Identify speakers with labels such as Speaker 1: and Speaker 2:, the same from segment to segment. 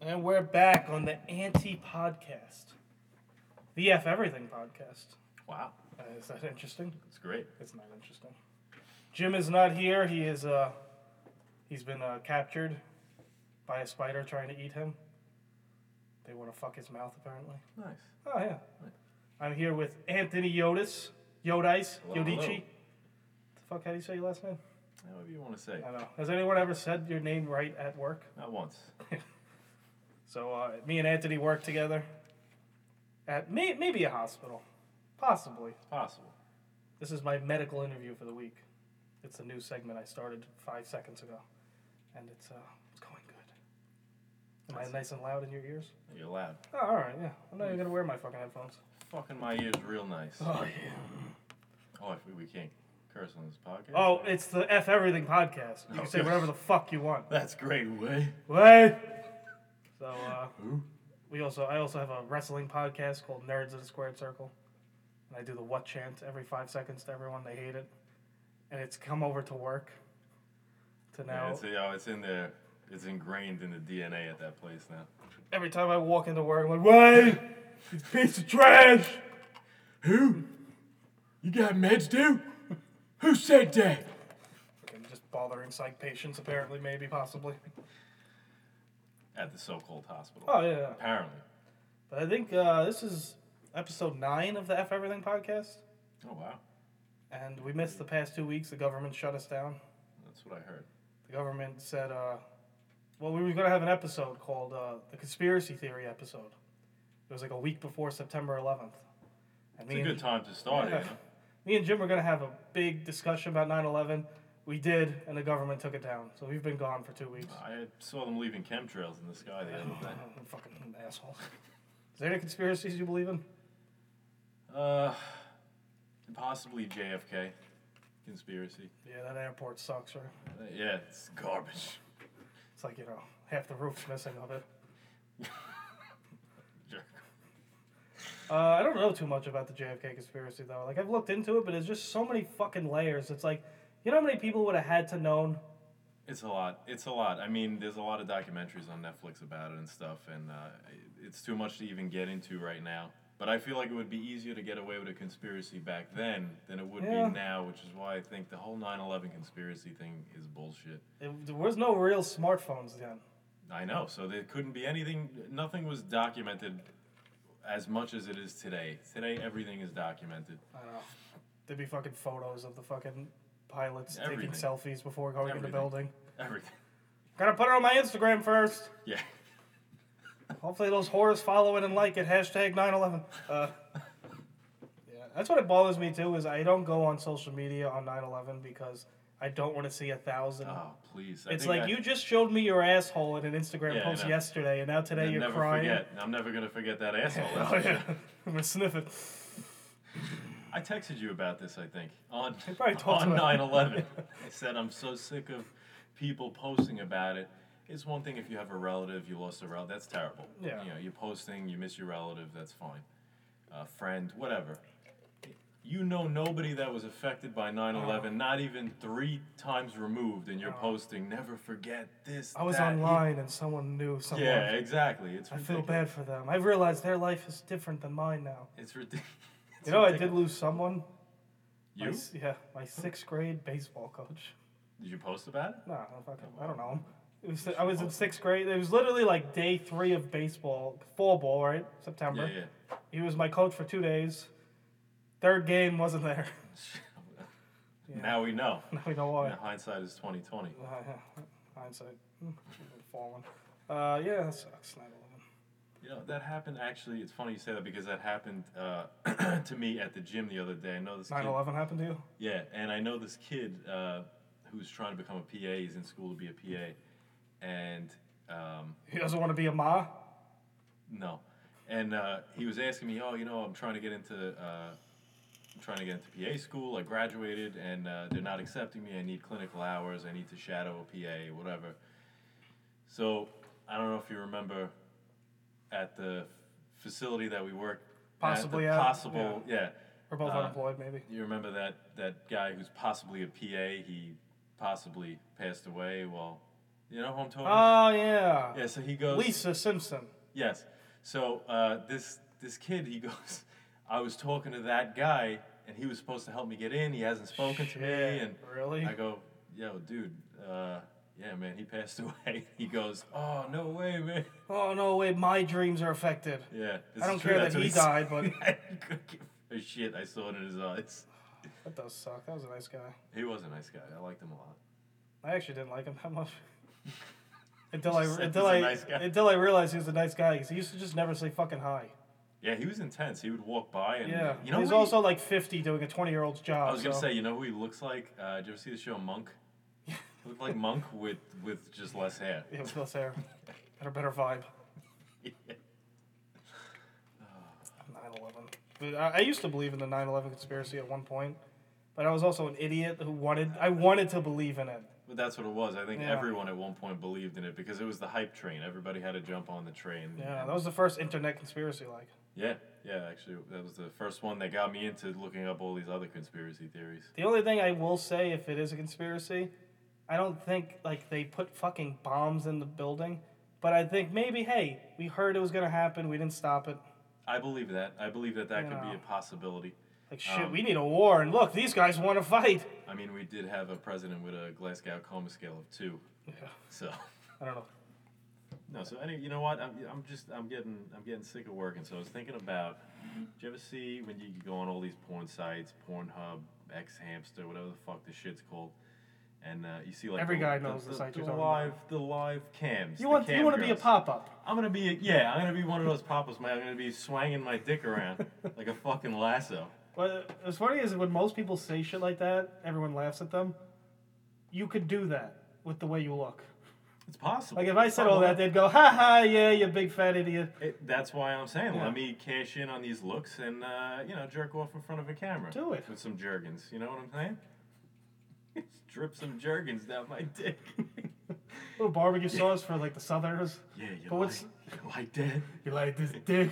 Speaker 1: And we're back on the Anti Podcast, the F Everything Podcast.
Speaker 2: Wow,
Speaker 1: Uh, is that interesting?
Speaker 2: that's great.
Speaker 1: It's not interesting. Jim is not here. He is. Uh, he's been uh, captured by a spider trying to eat him. They want to fuck his mouth, apparently.
Speaker 2: Nice.
Speaker 1: Oh yeah. I'm here with Anthony Yodis, Yodice,
Speaker 2: Hello,
Speaker 1: Yodici.
Speaker 2: hello.
Speaker 1: The fuck? How do you say your last name?
Speaker 2: However you want to say.
Speaker 1: I don't know. Has anyone ever said your name right at work?
Speaker 2: Not once.
Speaker 1: So uh, me and Anthony work together at may- maybe a hospital, possibly.
Speaker 2: Possible.
Speaker 1: This is my medical interview for the week. It's a new segment I started five seconds ago, and it's uh, it's going good. Am I nice and loud in your ears?
Speaker 2: You're loud.
Speaker 1: Oh, all right, yeah. I'm not even gonna wear my fucking headphones.
Speaker 2: Fucking my ears real nice.
Speaker 1: Oh yeah.
Speaker 2: Oh, if we, we can't curse on this podcast.
Speaker 1: Oh, it's the F Everything podcast. You can
Speaker 2: Oh,
Speaker 1: say
Speaker 2: good.
Speaker 1: whatever the fuck you want.
Speaker 2: That's great, way.
Speaker 1: What? So uh,
Speaker 2: Who?
Speaker 1: we also I also have a wrestling podcast called Nerds in a Squared Circle, and I do the what chant every five seconds to everyone. They hate it, and it's come over to work. To now,
Speaker 2: Yeah, it's, oh, it's in there. It's ingrained in the DNA at that place now.
Speaker 1: every time I walk into work, I'm like, "Wait, it's a piece of trash."
Speaker 2: Who? You got meds too? Who said that?
Speaker 1: Fucking just bothering psych patients, apparently, maybe, possibly.
Speaker 2: At the so-called hospital.
Speaker 1: Oh yeah, yeah.
Speaker 2: Apparently.
Speaker 1: but I think uh, this is episode nine of the F Everything podcast,
Speaker 2: Oh wow,
Speaker 1: and we missed the past two weeks. The government shut us down.
Speaker 2: that's what I heard.
Speaker 1: the government said, uh, well, we were going to have an episode called uh, the conspiracy theory episode. It was like a week before September 11th. And
Speaker 2: It's a good time to start.
Speaker 1: Yeah.
Speaker 2: You know?
Speaker 1: me and Jim were going to have a big discussion about 9 11. We did, and the government took it down. So we've been gone for two weeks.
Speaker 2: I had- saw them leaving chemtrails in the sky the other day.
Speaker 1: Fucking asshole. Is there any conspiracies you believe in?
Speaker 2: Uh, possibly JFK conspiracy.
Speaker 1: Yeah, that airport sucks, or
Speaker 2: Uh, yeah, it's garbage.
Speaker 1: it's like, you know, half the roof's missing of it.
Speaker 2: Jerk.
Speaker 1: Uh, I don't know too much about the JFK conspiracy though. Like I've looked into it, but there's just so many fucking layers. It's like, you know how many people would have had to known?
Speaker 2: It's a lot. It's a lot. I mean, there's a lot of documentaries on Netflix about it and stuff, and uh, it- it's too much to even get into right now. But I feel like it would be easier to get away with a conspiracy back then than it would
Speaker 1: Yeah.
Speaker 2: be now, which is why I think the whole 9/11 conspiracy thing is bullshit.
Speaker 1: It, there was no real smartphones then.
Speaker 2: I know. So there couldn't be anything. Nothing was documented as much as it is today. Today, everything is documented.
Speaker 1: I don't know. There'd be fucking photos of the fucking pilots
Speaker 2: Everything.
Speaker 1: taking selfies before going in the
Speaker 2: Everything.
Speaker 1: building.
Speaker 2: Everything.
Speaker 1: Gotta put it on my Instagram first.
Speaker 2: Yeah.
Speaker 1: Hopefully those whores follow it and like it. Hashtag 9-11. Uh, yeah, that's what it bothers me too. Is I don't go on social media on 9-11 because I don't want to see a thousand.
Speaker 2: Oh, please. I
Speaker 1: It's like
Speaker 2: think I-
Speaker 1: you just showed me your asshole in an Instagram
Speaker 2: Yeah, I
Speaker 1: post
Speaker 2: know.
Speaker 1: yesterday, and now today
Speaker 2: I'll
Speaker 1: you're
Speaker 2: never
Speaker 1: crying.
Speaker 2: forget. I'm never gonna forget that asshole. that's
Speaker 1: Oh
Speaker 2: for sure.
Speaker 1: yeah, I'm gonna sniff it.
Speaker 2: I texted you about this, I think, on
Speaker 1: probably talked
Speaker 2: on
Speaker 1: about it.
Speaker 2: 9/11. I said I'm so sick of people posting about it. It's one thing if you have a relative, you lost a relative, that's terrible.
Speaker 1: Yeah.
Speaker 2: You know, you're posting, you miss your relative, that's fine. A friend, whatever. You know nobody that was affected by 9/11, not even three times removed, and you're posting. Never forget this.
Speaker 1: I was
Speaker 2: that, he-"
Speaker 1: online and someone knew someone.
Speaker 2: Yeah, exactly. It's
Speaker 1: I feel
Speaker 2: ridiculous.
Speaker 1: bad for them. I realize their life is different than mine now.
Speaker 2: It's ridiculous.
Speaker 1: you know, I did lose someone. My
Speaker 2: You?
Speaker 1: s- yeah, my sixth grade baseball coach.
Speaker 2: Did you post about it?
Speaker 1: No, I don't fucking, I don't know him. It was, I was in sixth grade. It was literally like day three of baseball, fall ball, right? September.
Speaker 2: Yeah, yeah.
Speaker 1: He was my coach for two days. Third game wasn't there.
Speaker 2: Now we know.
Speaker 1: now we know why.
Speaker 2: And hindsight is twenty twenty.
Speaker 1: Uh, hindsight. Hmm, Fallen. Uh, yeah, that sucks. 9
Speaker 2: You know that happened. Actually, it's funny you say that because that happened uh, to me at the gym the other day. I know this.
Speaker 1: 9
Speaker 2: kid,
Speaker 1: 11 happened to you?
Speaker 2: Yeah, and I know this kid uh, who's trying to become a PA. He's in school to be a PA, and um,
Speaker 1: He doesn't want to be a ma?
Speaker 2: no, and uh, he was asking me, oh, you know, I'm trying to get into. Uh, I'm trying to get into PA school. I graduated, and uh, they're not accepting me. I need clinical hours. I need to shadow a PA, whatever. So I don't know if you remember at the facility that we worked. at, the
Speaker 1: Possibly at,
Speaker 2: possible, yeah.
Speaker 1: We're both
Speaker 2: Uh,
Speaker 1: unemployed, maybe.
Speaker 2: You remember that that guy who's possibly a PA? He possibly passed away while You know who I'm talking about?
Speaker 1: Oh yeah.
Speaker 2: Yeah, so he goes.
Speaker 1: Lisa Simpson.
Speaker 2: Yes. So uh, this this kid, he goes, I was talking to that guy, and he was supposed to help me get in. He hasn't spoken to me,
Speaker 1: Shit,
Speaker 2: and
Speaker 1: really?
Speaker 2: I go, Yo, dude, uh, yeah, man, he passed away. He goes, Oh, no way, man.
Speaker 1: Oh no, wait, my dreams are affected.
Speaker 2: Yeah, this
Speaker 1: I
Speaker 2: is
Speaker 1: don't
Speaker 2: true.
Speaker 1: care
Speaker 2: That's
Speaker 1: that
Speaker 2: what
Speaker 1: he
Speaker 2: said.
Speaker 1: died, but
Speaker 2: he couldn't give a shit. I saw it in his eyes.
Speaker 1: that does suck. That was a nice guy.
Speaker 2: He was a nice guy. I liked him a lot.
Speaker 1: I actually didn't like him that much. Until I
Speaker 2: Just said
Speaker 1: until
Speaker 2: he's a
Speaker 1: I
Speaker 2: nice guy.
Speaker 1: until I realized he was a nice guy because he used to just never say fucking hi.
Speaker 2: Yeah, he was intense. He would walk by and
Speaker 1: Yeah,
Speaker 2: you know
Speaker 1: he's
Speaker 2: who he-
Speaker 1: also like fifty doing a twenty year old's job.
Speaker 2: I was gonna
Speaker 1: so-
Speaker 2: say, you know who he looks like? Uh, did you ever see the show Monk? He looked like Monk with with just less hair.
Speaker 1: yeah, with less hair, had a better vibe. Nine eleven. But I, I used to believe in the 9/11 conspiracy at one point, but I was also an idiot who wanted I wanted to believe in it.
Speaker 2: But that's what it was. I think
Speaker 1: Yeah.
Speaker 2: everyone at one point believed in it because it was the hype train. Everybody had to jump on the train.
Speaker 1: Yeah, that was the first internet conspiracy. Like,
Speaker 2: yeah, yeah. Actually, that was the first one that got me into looking up all these other conspiracy theories.
Speaker 1: the only thing I will say, if it is a conspiracy, I don't think like they put fucking bombs in the building, but I think maybe hey, we heard it was gonna happen, we didn't stop it.
Speaker 2: I believe that. I believe that that could be
Speaker 1: Yeah.
Speaker 2: a possibility.
Speaker 1: Like shit,
Speaker 2: Um,
Speaker 1: we need a war, and look, these guys want to fight.
Speaker 2: I mean, we did have a president with a Glasgow coma scale of two,
Speaker 1: Yeah,
Speaker 2: so.
Speaker 1: I don't know.
Speaker 2: No, so any, you know what? I'm, I'm just, I'm getting, I'm getting sick of working. So I was thinking about, do you ever see when you go on all these porn sites, Pornhub, X Hamster, whatever the fuck this shit's called, and uh, you see like
Speaker 1: Every
Speaker 2: the,
Speaker 1: guy
Speaker 2: the-
Speaker 1: knows the site
Speaker 2: the,
Speaker 1: you're
Speaker 2: the
Speaker 1: talking
Speaker 2: live, the live cams.
Speaker 1: You
Speaker 2: the
Speaker 1: want you
Speaker 2: cam
Speaker 1: want to be a
Speaker 2: girls.
Speaker 1: pop up?
Speaker 2: I'm gonna be, yeah, I'm gonna be one of those papas, man. I'm gonna be swinging my dick around like a fucking lasso.
Speaker 1: Well, as funny as when most people say shit like that, everyone laughs at them. You could do that with the way you look.
Speaker 2: It's possible.
Speaker 1: Like if I said all
Speaker 2: Fuck,
Speaker 1: that, they'd go, "Ha ha, yeah, you big fat idiot."
Speaker 2: It, that's why I'm saying
Speaker 1: Yeah.
Speaker 2: let me cash in on these looks and uh, you know jerk off in front of a camera.
Speaker 1: Do it.
Speaker 2: with some jergens. You know what I'm saying? Drip some jergens down my dick.
Speaker 1: Little barbecue sauce for like the Southerners.
Speaker 2: Yeah, you
Speaker 1: But what's-
Speaker 2: like, you like that?
Speaker 1: You like this dick,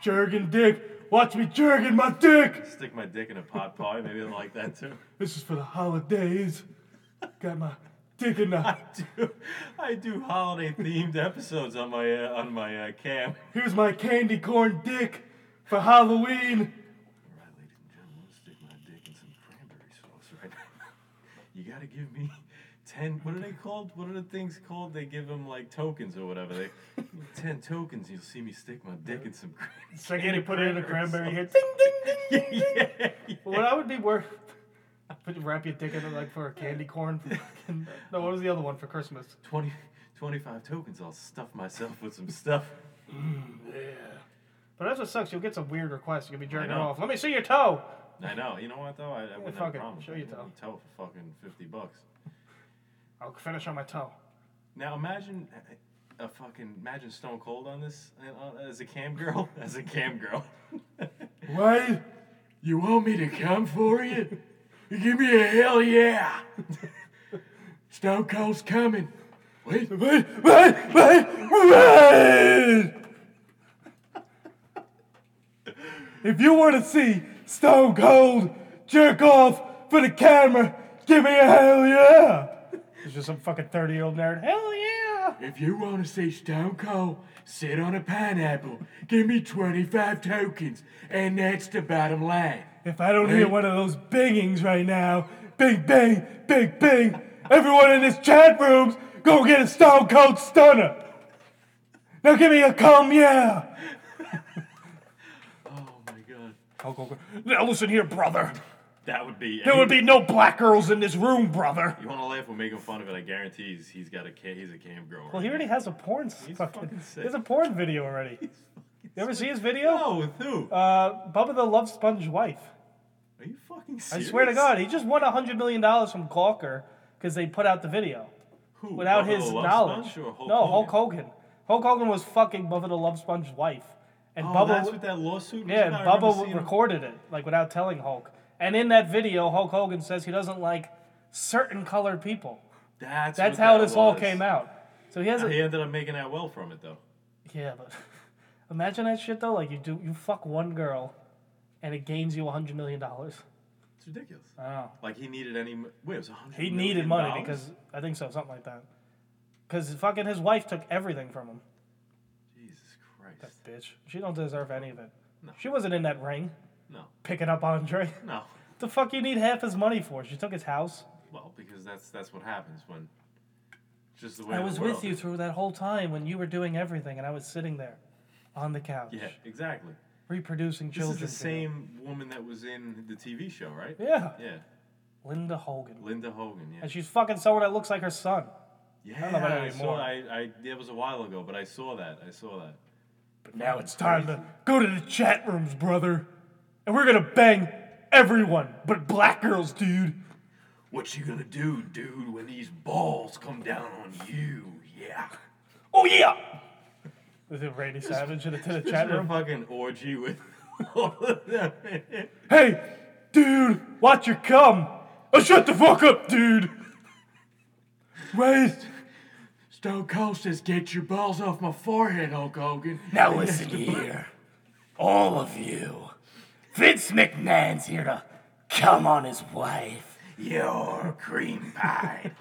Speaker 1: jerking dick. Watch me jerking my dick.
Speaker 2: Stick my dick in a pot pie. Maybe I like that too.
Speaker 1: This is for the holidays. Got my dick in the.
Speaker 2: I do. I do holiday themed episodes on my uh, on my uh, cam.
Speaker 1: Here's my candy corn dick for Halloween.
Speaker 2: All right, ladies and gentlemen, I'm gonna stick my dick in some cranberry sauce right now. You gotta give me ten. What are they called? What are the things called? They give them like tokens or whatever. They give me ten tokens. You'll see me stick my dick in some. cran-
Speaker 1: Second, you put it in a cranberry
Speaker 2: cranberry
Speaker 1: here. Ding ding ding.
Speaker 2: sauce. yeah, yeah.
Speaker 1: Well, What I would be worth. Put wrap your dick in it like for a candy corn. no, what was the other one for Christmas?
Speaker 2: 20, 25 tokens. I'll stuff myself with some stuff.
Speaker 1: But that's what sucks. You'll get some weird requests. You'll be jerking
Speaker 2: know.
Speaker 1: off. Let me see your toe.
Speaker 2: I know. You know what though? I, I wouldn't
Speaker 1: fuck
Speaker 2: have
Speaker 1: it.
Speaker 2: a problem.
Speaker 1: Show your
Speaker 2: I'd Tell for fucking fifty bucks.
Speaker 1: I'll finish on my toe.
Speaker 2: Now imagine a fucking imagine Stone Cold on this and, uh, as a cam girl. As a cam girl.
Speaker 1: What?
Speaker 2: You want me to come for you? Give me a hell yeah! Stone Cold's coming. Wait, wait, wait, wait, wait!
Speaker 1: If you want to see Stone Cold jerk off for the camera, give me a hell yeah. It's just some fucking 30 year old nerd. Hell yeah.
Speaker 2: If you want to see Stone Cold sit on a pineapple, give me 25 tokens, and that's the bottom line.
Speaker 1: If I don't
Speaker 2: hear
Speaker 1: hear
Speaker 2: one
Speaker 1: one of those bingings right now, bing, bing, bing, bing, everyone in this chat room's gonna get a Stone Cold Stunner. Now give me a come yeah.
Speaker 2: Oh my god.
Speaker 1: Now listen here, brother.
Speaker 2: That would be.
Speaker 1: There would be no black girls in this room, brother.
Speaker 2: You want to laugh? We're making fun of it. I guarantee he's, he's got a ca- he's a cam girl.
Speaker 1: Well, he already has a porn. He's
Speaker 2: fucking sick.
Speaker 1: There's a porn video already. You ever see his video?
Speaker 2: No, Oh, with who?
Speaker 1: Uh, Bubba the Love Sponge wife.
Speaker 2: Are you fucking
Speaker 1: I
Speaker 2: serious?
Speaker 1: swear to God, he just won hundred million dollars from Gawker because they put out the video
Speaker 2: Who?
Speaker 1: without
Speaker 2: Bubba
Speaker 1: his
Speaker 2: the Love
Speaker 1: knowledge.
Speaker 2: Sponge or Hulk
Speaker 1: no,
Speaker 2: Hogan?
Speaker 1: Hulk Hogan. Hulk Hogan was fucking Bubba the Love Sponge wife, and
Speaker 2: Oh,
Speaker 1: Bubba.
Speaker 2: that's what that lawsuit was
Speaker 1: yeah, and
Speaker 2: about? I
Speaker 1: Bubba
Speaker 2: remember
Speaker 1: w-
Speaker 2: seeing him-
Speaker 1: recorded it like without telling Hulk. And in that video, Hulk Hogan says he doesn't like certain colored people.
Speaker 2: That's,
Speaker 1: That's
Speaker 2: what
Speaker 1: how
Speaker 2: that
Speaker 1: this all
Speaker 2: was.
Speaker 1: came out. So he has a
Speaker 2: He ended up making out well from it, though.
Speaker 1: Yeah, but imagine that shit though. Like you do, you fuck one girl, and it gains you a hundred million dollars.
Speaker 2: It's ridiculous.
Speaker 1: Oh,
Speaker 2: Like he needed any. m- Wait, it was a hundred.
Speaker 1: he needed money because I think so, something like that. Because fucking his wife took everything from him.
Speaker 2: Jesus
Speaker 1: That
Speaker 2: Christ.
Speaker 1: bitch. She don't deserve any of it.
Speaker 2: No.
Speaker 1: She wasn't in that ring
Speaker 2: No.
Speaker 1: picking up Andre.
Speaker 2: No.
Speaker 1: the fuck you need half his money for? She took his house.
Speaker 2: Well, because that's that's what happens when just the way
Speaker 1: I
Speaker 2: of the
Speaker 1: was with
Speaker 2: world
Speaker 1: you
Speaker 2: is.
Speaker 1: through that whole time when you were doing everything and I was sitting there on the couch
Speaker 2: Yeah, exactly.
Speaker 1: reproducing
Speaker 2: This
Speaker 1: children.
Speaker 2: is the
Speaker 1: for you.
Speaker 2: same woman that was in the TV show, right?
Speaker 1: Yeah.
Speaker 2: Yeah.
Speaker 1: Linda Hogan.
Speaker 2: Linda Hogan, yeah.
Speaker 1: And she's fucking someone that looks like her son.
Speaker 2: Yeah, I,
Speaker 1: know about it
Speaker 2: saw
Speaker 1: anymore.
Speaker 2: I, I it was a while ago, but I saw that. I saw that.
Speaker 1: But now it's time to go to the chat rooms, brother. And we're gonna bang everyone but black girls, dude.
Speaker 2: What you gonna do, dude, when these balls come down on you? Yeah.
Speaker 1: Oh yeah! Is it Randy Savage in the, in the chat
Speaker 2: Had a
Speaker 1: room?
Speaker 2: fucking orgy with all of them.
Speaker 1: Hey, dude, watch your cum. Oh, shut the fuck up, dude. Wait.
Speaker 2: Stone Cold says, "Get your balls off my forehead, Hulk Hogan."
Speaker 3: Now listen here, all of you. Vince McMahon's here to come on his wife.
Speaker 2: Your cream pie.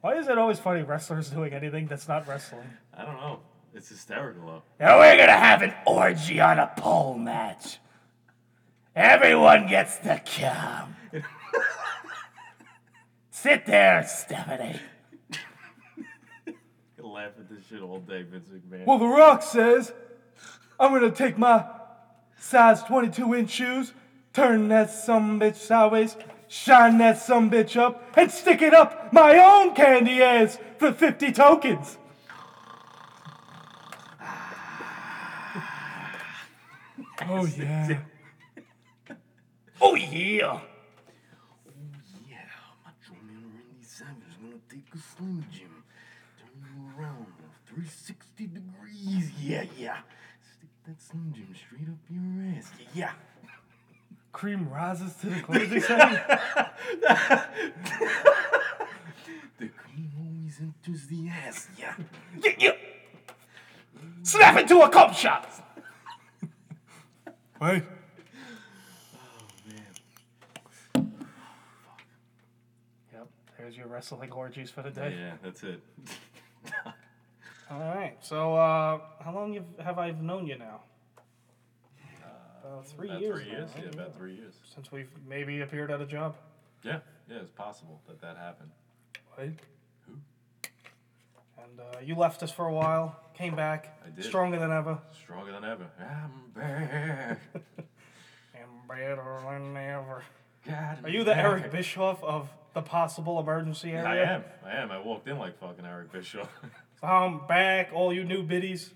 Speaker 1: Why is it always funny wrestlers doing anything that's not wrestling?
Speaker 2: I don't know. It's hysterical though.
Speaker 3: Now we're gonna have an orgy on a pole match. Everyone gets to come. Sit there, Stephanie.
Speaker 2: I could laugh at this shit all day, Vince McMahon.
Speaker 1: Well, The Rock says, I'm gonna take my size 22 inch shoes, turn that some bitch sideways, shine that some bitch up, and stick it up my own candy ass for 50 tokens. oh yeah.
Speaker 3: Oh yeah.
Speaker 2: Yeah, Macho Man Randy Savage is gonna take a slim jim, turn you around 360 degrees. Yeah, yeah. Stick that slim jim straight up your ass. Yeah.
Speaker 1: Cream rises to the closing setting.
Speaker 2: The cream always enters the ass. Yeah.
Speaker 3: Yeah, yeah. Snap into a cum shot.
Speaker 1: Wait. Yep, there's your wrestling orgies for the day.
Speaker 2: Yeah, that's it.
Speaker 1: All right. So, uh, how long you have I known you now? About three
Speaker 2: Uh, about
Speaker 1: years.
Speaker 2: three
Speaker 1: now,
Speaker 2: years?
Speaker 1: right?
Speaker 2: Yeah, about three years.
Speaker 1: Since we've maybe appeared at a job.
Speaker 2: Yeah, yeah, it's possible that that happened.
Speaker 1: Right. And uh, you left us for a while, came back,
Speaker 2: I did.
Speaker 1: stronger than ever.
Speaker 2: Stronger than ever. I'm back.
Speaker 1: And better than ever.
Speaker 2: God, I'm
Speaker 1: Are you the
Speaker 2: back.
Speaker 1: Eric Bischoff of the possible emergency area?
Speaker 2: I am. I am. I walked in like fucking Eric Bischoff.
Speaker 1: I'm back, all you new biddies.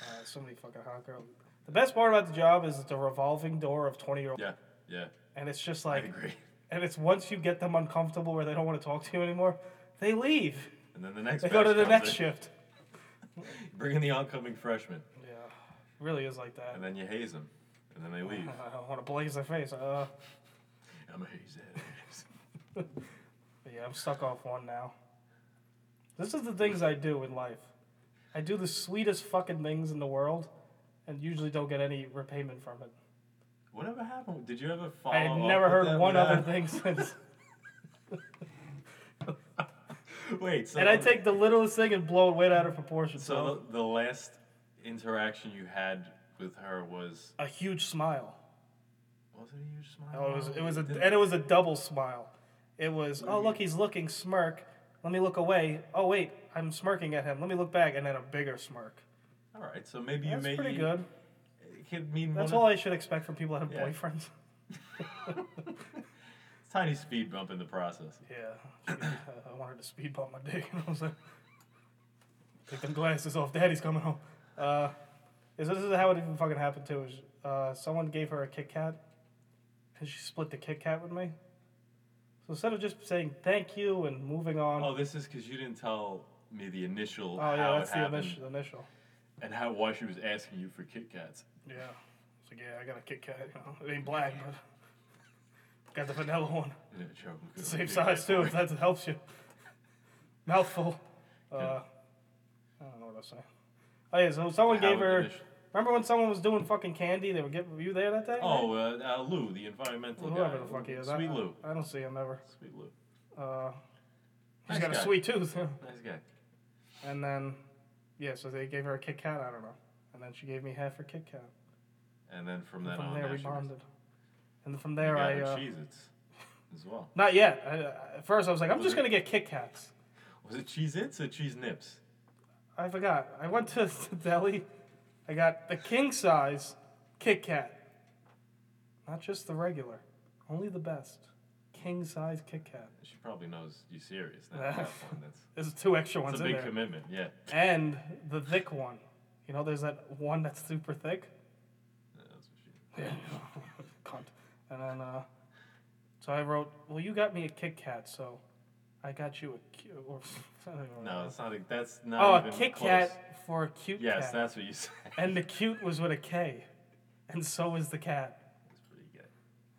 Speaker 1: Uh, so many fucking hot girls. The best part about the job is the revolving door of 20 year olds.
Speaker 2: yeah, yeah.
Speaker 1: And it's just
Speaker 2: I
Speaker 1: like,
Speaker 2: agree.
Speaker 1: and it's once you get them uncomfortable where they don't want to talk to you anymore, they leave.
Speaker 2: And then the next.
Speaker 1: They go to
Speaker 2: batch
Speaker 1: the
Speaker 2: comes
Speaker 1: next
Speaker 2: in.
Speaker 1: shift.
Speaker 2: Bring in the oncoming freshmen,
Speaker 1: Yeah, really is like that.
Speaker 2: and then you haze them, and then they leave.
Speaker 1: I don't want to blaze their face. Uh,
Speaker 2: I'm a haze that ass.
Speaker 1: but yeah, I'm stuck off one now. This is the things I do in life. I do the sweetest fucking things in the world, and usually don't get any repayment from it.
Speaker 2: Whatever happened? Did you ever follow?
Speaker 1: I had
Speaker 2: up
Speaker 1: never
Speaker 2: with
Speaker 1: heard
Speaker 2: Oh, that
Speaker 1: one
Speaker 2: without-
Speaker 1: other thing since.
Speaker 2: Wait. So
Speaker 1: And I take the littlest thing and blow it way out of proportion. So
Speaker 2: So the, the last interaction you had with her was
Speaker 1: a huge smile.
Speaker 2: was it a huge smile?
Speaker 1: Oh, it was it was a
Speaker 2: Did-
Speaker 1: and it was a double smile. It was oh look he's looking smirk. Let me look away. Oh wait, I'm smirking at him. Let me look back and then a bigger smirk.
Speaker 2: All right. So maybe you
Speaker 1: That's
Speaker 2: made
Speaker 1: pretty good.
Speaker 2: It could mean
Speaker 1: That's
Speaker 2: one
Speaker 1: all
Speaker 2: of-
Speaker 1: I should expect from people that have
Speaker 2: Yeah.
Speaker 1: boyfriends.
Speaker 2: tiny speed bump in the process.
Speaker 1: Yeah, Jeez, I- I wanted to speed bump my dick. You know what I'm saying? Take them glasses off. Daddy's coming home. Uh, is this is how it even fucking happened too? Is uh, someone gave her a Kit Kat, and she split the Kit Kat with me. So instead of just saying thank you and moving on,
Speaker 2: Oh, this is because you didn't tell me the initial
Speaker 1: Oh
Speaker 2: how
Speaker 1: yeah, that's
Speaker 2: it
Speaker 1: the
Speaker 2: happened
Speaker 1: initial, the initial.
Speaker 2: and how why she was asking you for Kit Kats.
Speaker 1: Yeah. It's like, yeah, I got a Kit Kat. You know, it ain't black, but got the vanilla one.
Speaker 2: Yeah, chocolate cookie.
Speaker 1: Same size too. If that helps you. Mouthful. Uh, I don't know what I was saying. Oh yeah, so someone
Speaker 2: How
Speaker 1: gave
Speaker 2: it
Speaker 1: her.
Speaker 2: initial-
Speaker 1: Remember when someone was doing fucking candy? They were giving were you there that day?
Speaker 2: Oh, uh, uh, Lou, the environmental
Speaker 1: whoever
Speaker 2: guy.
Speaker 1: the fuck he is. I-
Speaker 2: Sweet
Speaker 1: I,
Speaker 2: Lou.
Speaker 1: I don't see him ever.
Speaker 2: Sweet Lou.
Speaker 1: Uh, She's
Speaker 2: Nice
Speaker 1: got a
Speaker 2: guy.
Speaker 1: sweet tooth.
Speaker 2: Nice guy.
Speaker 1: and then, yeah, so they gave her a Kit Kat. I don't know. And then she gave me half her Kit Kat.
Speaker 2: And then from then
Speaker 1: from
Speaker 2: on,
Speaker 1: there
Speaker 2: now
Speaker 1: we
Speaker 2: she was-
Speaker 1: bonded. And from
Speaker 2: you
Speaker 1: there
Speaker 2: got
Speaker 1: I.
Speaker 2: her
Speaker 1: Uh,
Speaker 2: Cheez-Its as well.
Speaker 1: not yet. I, I- at first I was like, I'm just
Speaker 2: it-
Speaker 1: gonna get Kit Kats.
Speaker 2: Was it Cheez-Its or Cheese Nips?
Speaker 1: I forgot. I went to the deli. I got the king size Kit Kat. Not just the regular, only the best. King size Kit Kat.
Speaker 2: She probably knows you serious. Now, that one, that's
Speaker 1: There's two extra ones
Speaker 2: that's a
Speaker 1: in
Speaker 2: big
Speaker 1: there.
Speaker 2: commitment. Yeah.
Speaker 1: and the thick one. You know, there's that one that's super thick.
Speaker 2: Yeah, that's what she-
Speaker 1: Cunt. And then, uh, so I wrote, well, you got me a Kit Kat, so I got you a Q. Or, I don't even
Speaker 2: No,
Speaker 1: know.
Speaker 2: that's not. A, that's not.
Speaker 1: Oh, a
Speaker 2: even
Speaker 1: Kit
Speaker 2: close.
Speaker 1: Kat for a cute
Speaker 2: Yes,
Speaker 1: cat.
Speaker 2: that's what you said.
Speaker 1: And the cute was with a K, and so was the cat.
Speaker 2: That's pretty good.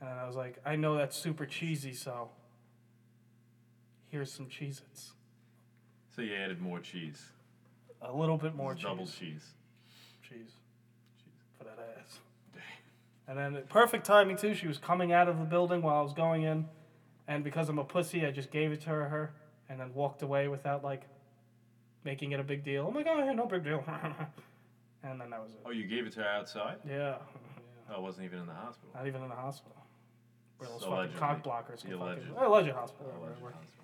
Speaker 1: And I was like, I know that's super cheesy, so here's some Cheez Its.
Speaker 2: So you added more cheese.
Speaker 1: A little bit more
Speaker 2: It's
Speaker 1: cheese.
Speaker 2: double cheese.
Speaker 1: cheese. For that ass. And then perfect timing too. She was coming out of the building while I was going in, and because I'm a pussy, I just gave it to her and then walked away without like making it a big deal. Oh my god, no big deal. and then that was it.
Speaker 2: Oh, you gave it to her outside?
Speaker 1: Yeah,
Speaker 2: Oh, it wasn't even in the hospital.
Speaker 1: not even in the hospital. Where those
Speaker 2: So
Speaker 1: fucking cock
Speaker 2: allegedly.
Speaker 1: blockers can
Speaker 2: The
Speaker 1: fucking
Speaker 2: alleged-
Speaker 1: well, alleged hospital.
Speaker 2: Oh,
Speaker 1: where-
Speaker 2: it was in
Speaker 1: where
Speaker 2: the hospital.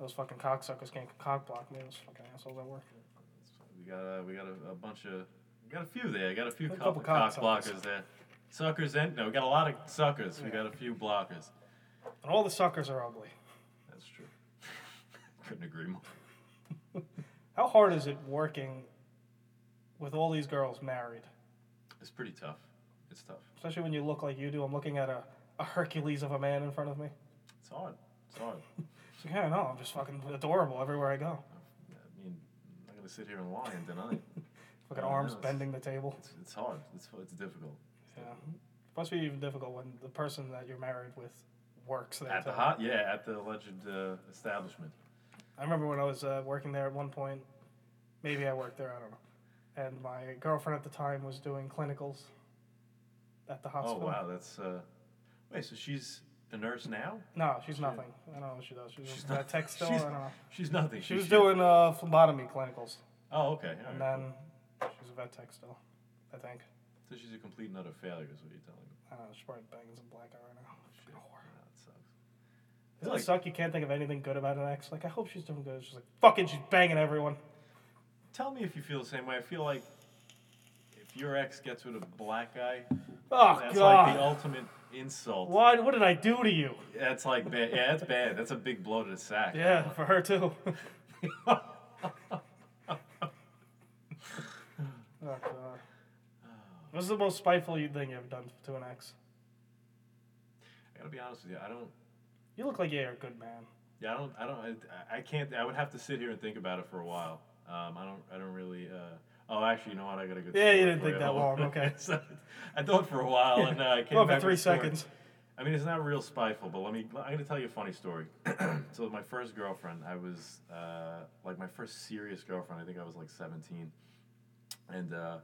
Speaker 1: Those fucking cocksuckers can't cock block me. Those fucking assholes at work.
Speaker 2: We got a, we got a, a bunch of we got a few there. I got a few
Speaker 1: A
Speaker 2: couple
Speaker 1: couple cock
Speaker 2: cock
Speaker 1: suckers.
Speaker 2: blockers there. Suckers and no, we got a lot of suckers. We got a few blockers.
Speaker 1: And all the suckers are ugly.
Speaker 2: That's true. Couldn't agree more.
Speaker 1: How hard is it working with all these girls married?
Speaker 2: It's pretty tough. It's tough.
Speaker 1: Especially when you look like you do. I'm looking at a, a Hercules of a man in front of me.
Speaker 2: It's hard. It's hard.
Speaker 1: It's like, yeah, no, I'm just fucking adorable everywhere I go.
Speaker 2: I mean, I'm not gonna sit here and lie and deny it.
Speaker 1: Fucking
Speaker 2: Yeah, I
Speaker 1: arms
Speaker 2: know, it's-
Speaker 1: bending the table.
Speaker 2: It's, it's hard. It's it's difficult.
Speaker 1: Yeah. Must be even difficult when the person that you're married with works there.
Speaker 2: At the
Speaker 1: too.
Speaker 2: hot, yeah, at the alleged uh, establishment.
Speaker 1: I remember when I was uh, working there at one point. Maybe I worked there, I don't know. And my girlfriend at the time was doing clinicals at the
Speaker 2: Oh
Speaker 1: hospital.
Speaker 2: wow, that's uh, wait. So she's the nurse now.
Speaker 1: No, she's nothing. I don't know what she does. She's,
Speaker 2: She's
Speaker 1: a
Speaker 2: not-
Speaker 1: tech still. I
Speaker 2: she's-
Speaker 1: don't know.
Speaker 2: She's nothing.
Speaker 1: She was
Speaker 2: She's-
Speaker 1: doing uh, phlebotomy clinicals.
Speaker 2: Oh, okay. all
Speaker 1: And
Speaker 2: right.
Speaker 1: then she's a vet tech still, I think.
Speaker 2: So she's a complete and utter failure, is what you're telling me.
Speaker 1: I don't know, she's probably banging some black guy right now. Fucking whore.
Speaker 2: Nah, that sucks.
Speaker 1: Doesn't
Speaker 2: Like-
Speaker 1: it suck you can't think of anything good about an ex? Like, I hope she's doing good. She's like, fucking, she's banging everyone.
Speaker 2: Tell me if you feel the same way. I feel like if your ex gets with a black guy,
Speaker 1: Oh,
Speaker 2: that's like
Speaker 1: God.
Speaker 2: the ultimate insult.
Speaker 1: Why, what did I do to you?
Speaker 2: That's like bad. Yeah, that's bad. That's a big blow to the sack.
Speaker 1: Yeah, for her too. oh, God. What's the most spiteful you- thing you've ever done to an ex?
Speaker 2: I gotta be honest with you. I don't.
Speaker 1: You look like you're a good man.
Speaker 2: Yeah, I don't. I don't. I, I can't. I would have to sit here and think about it for a while. Um, I don't. I don't really. Uh, oh, actually, you know what? I got a good.
Speaker 1: Yeah, you
Speaker 2: story
Speaker 1: didn't
Speaker 2: for
Speaker 1: think that long, okay.
Speaker 2: So, I thought for a while, and uh, I came
Speaker 1: Well, for
Speaker 2: back
Speaker 1: three
Speaker 2: with a story.
Speaker 1: seconds.
Speaker 2: I mean, it's not real spiteful, but let me. I'm gonna tell you a funny story. so my first girlfriend, I was uh, like my first serious girlfriend. I think I was like 17, and uh,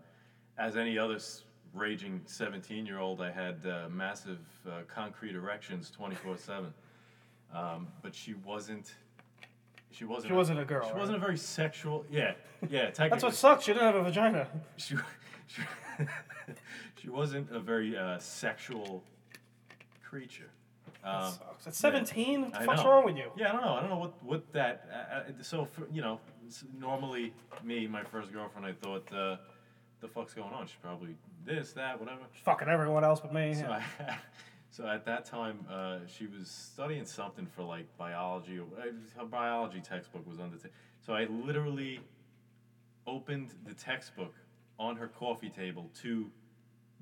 Speaker 2: as any other s- raging 17-year-old, I had uh, massive uh, concrete erections 24/7. Um, but she wasn't. She wasn't.
Speaker 1: She wasn't a girl,
Speaker 2: She
Speaker 1: right?
Speaker 2: wasn't a very sexual. Yeah, yeah. Technically,
Speaker 1: That's what sucks. You didn't have a vagina.
Speaker 2: she she, she wasn't a very uh, sexual creature. Um,
Speaker 1: Sucks. At 17, what
Speaker 2: I
Speaker 1: the fuck's
Speaker 2: know.
Speaker 1: wrong with you?
Speaker 2: Yeah, I don't know. I don't know what what that. Uh, uh, so for, you know, s- normally me, my first girlfriend, I thought, uh, the fuck's going on? She's probably this, that, whatever.
Speaker 1: Fucking everyone else but me.
Speaker 2: So, I, so at that time, uh, she was studying something for like biology. Or, uh, her biology textbook was on the. T- so I literally opened the textbook on her coffee table to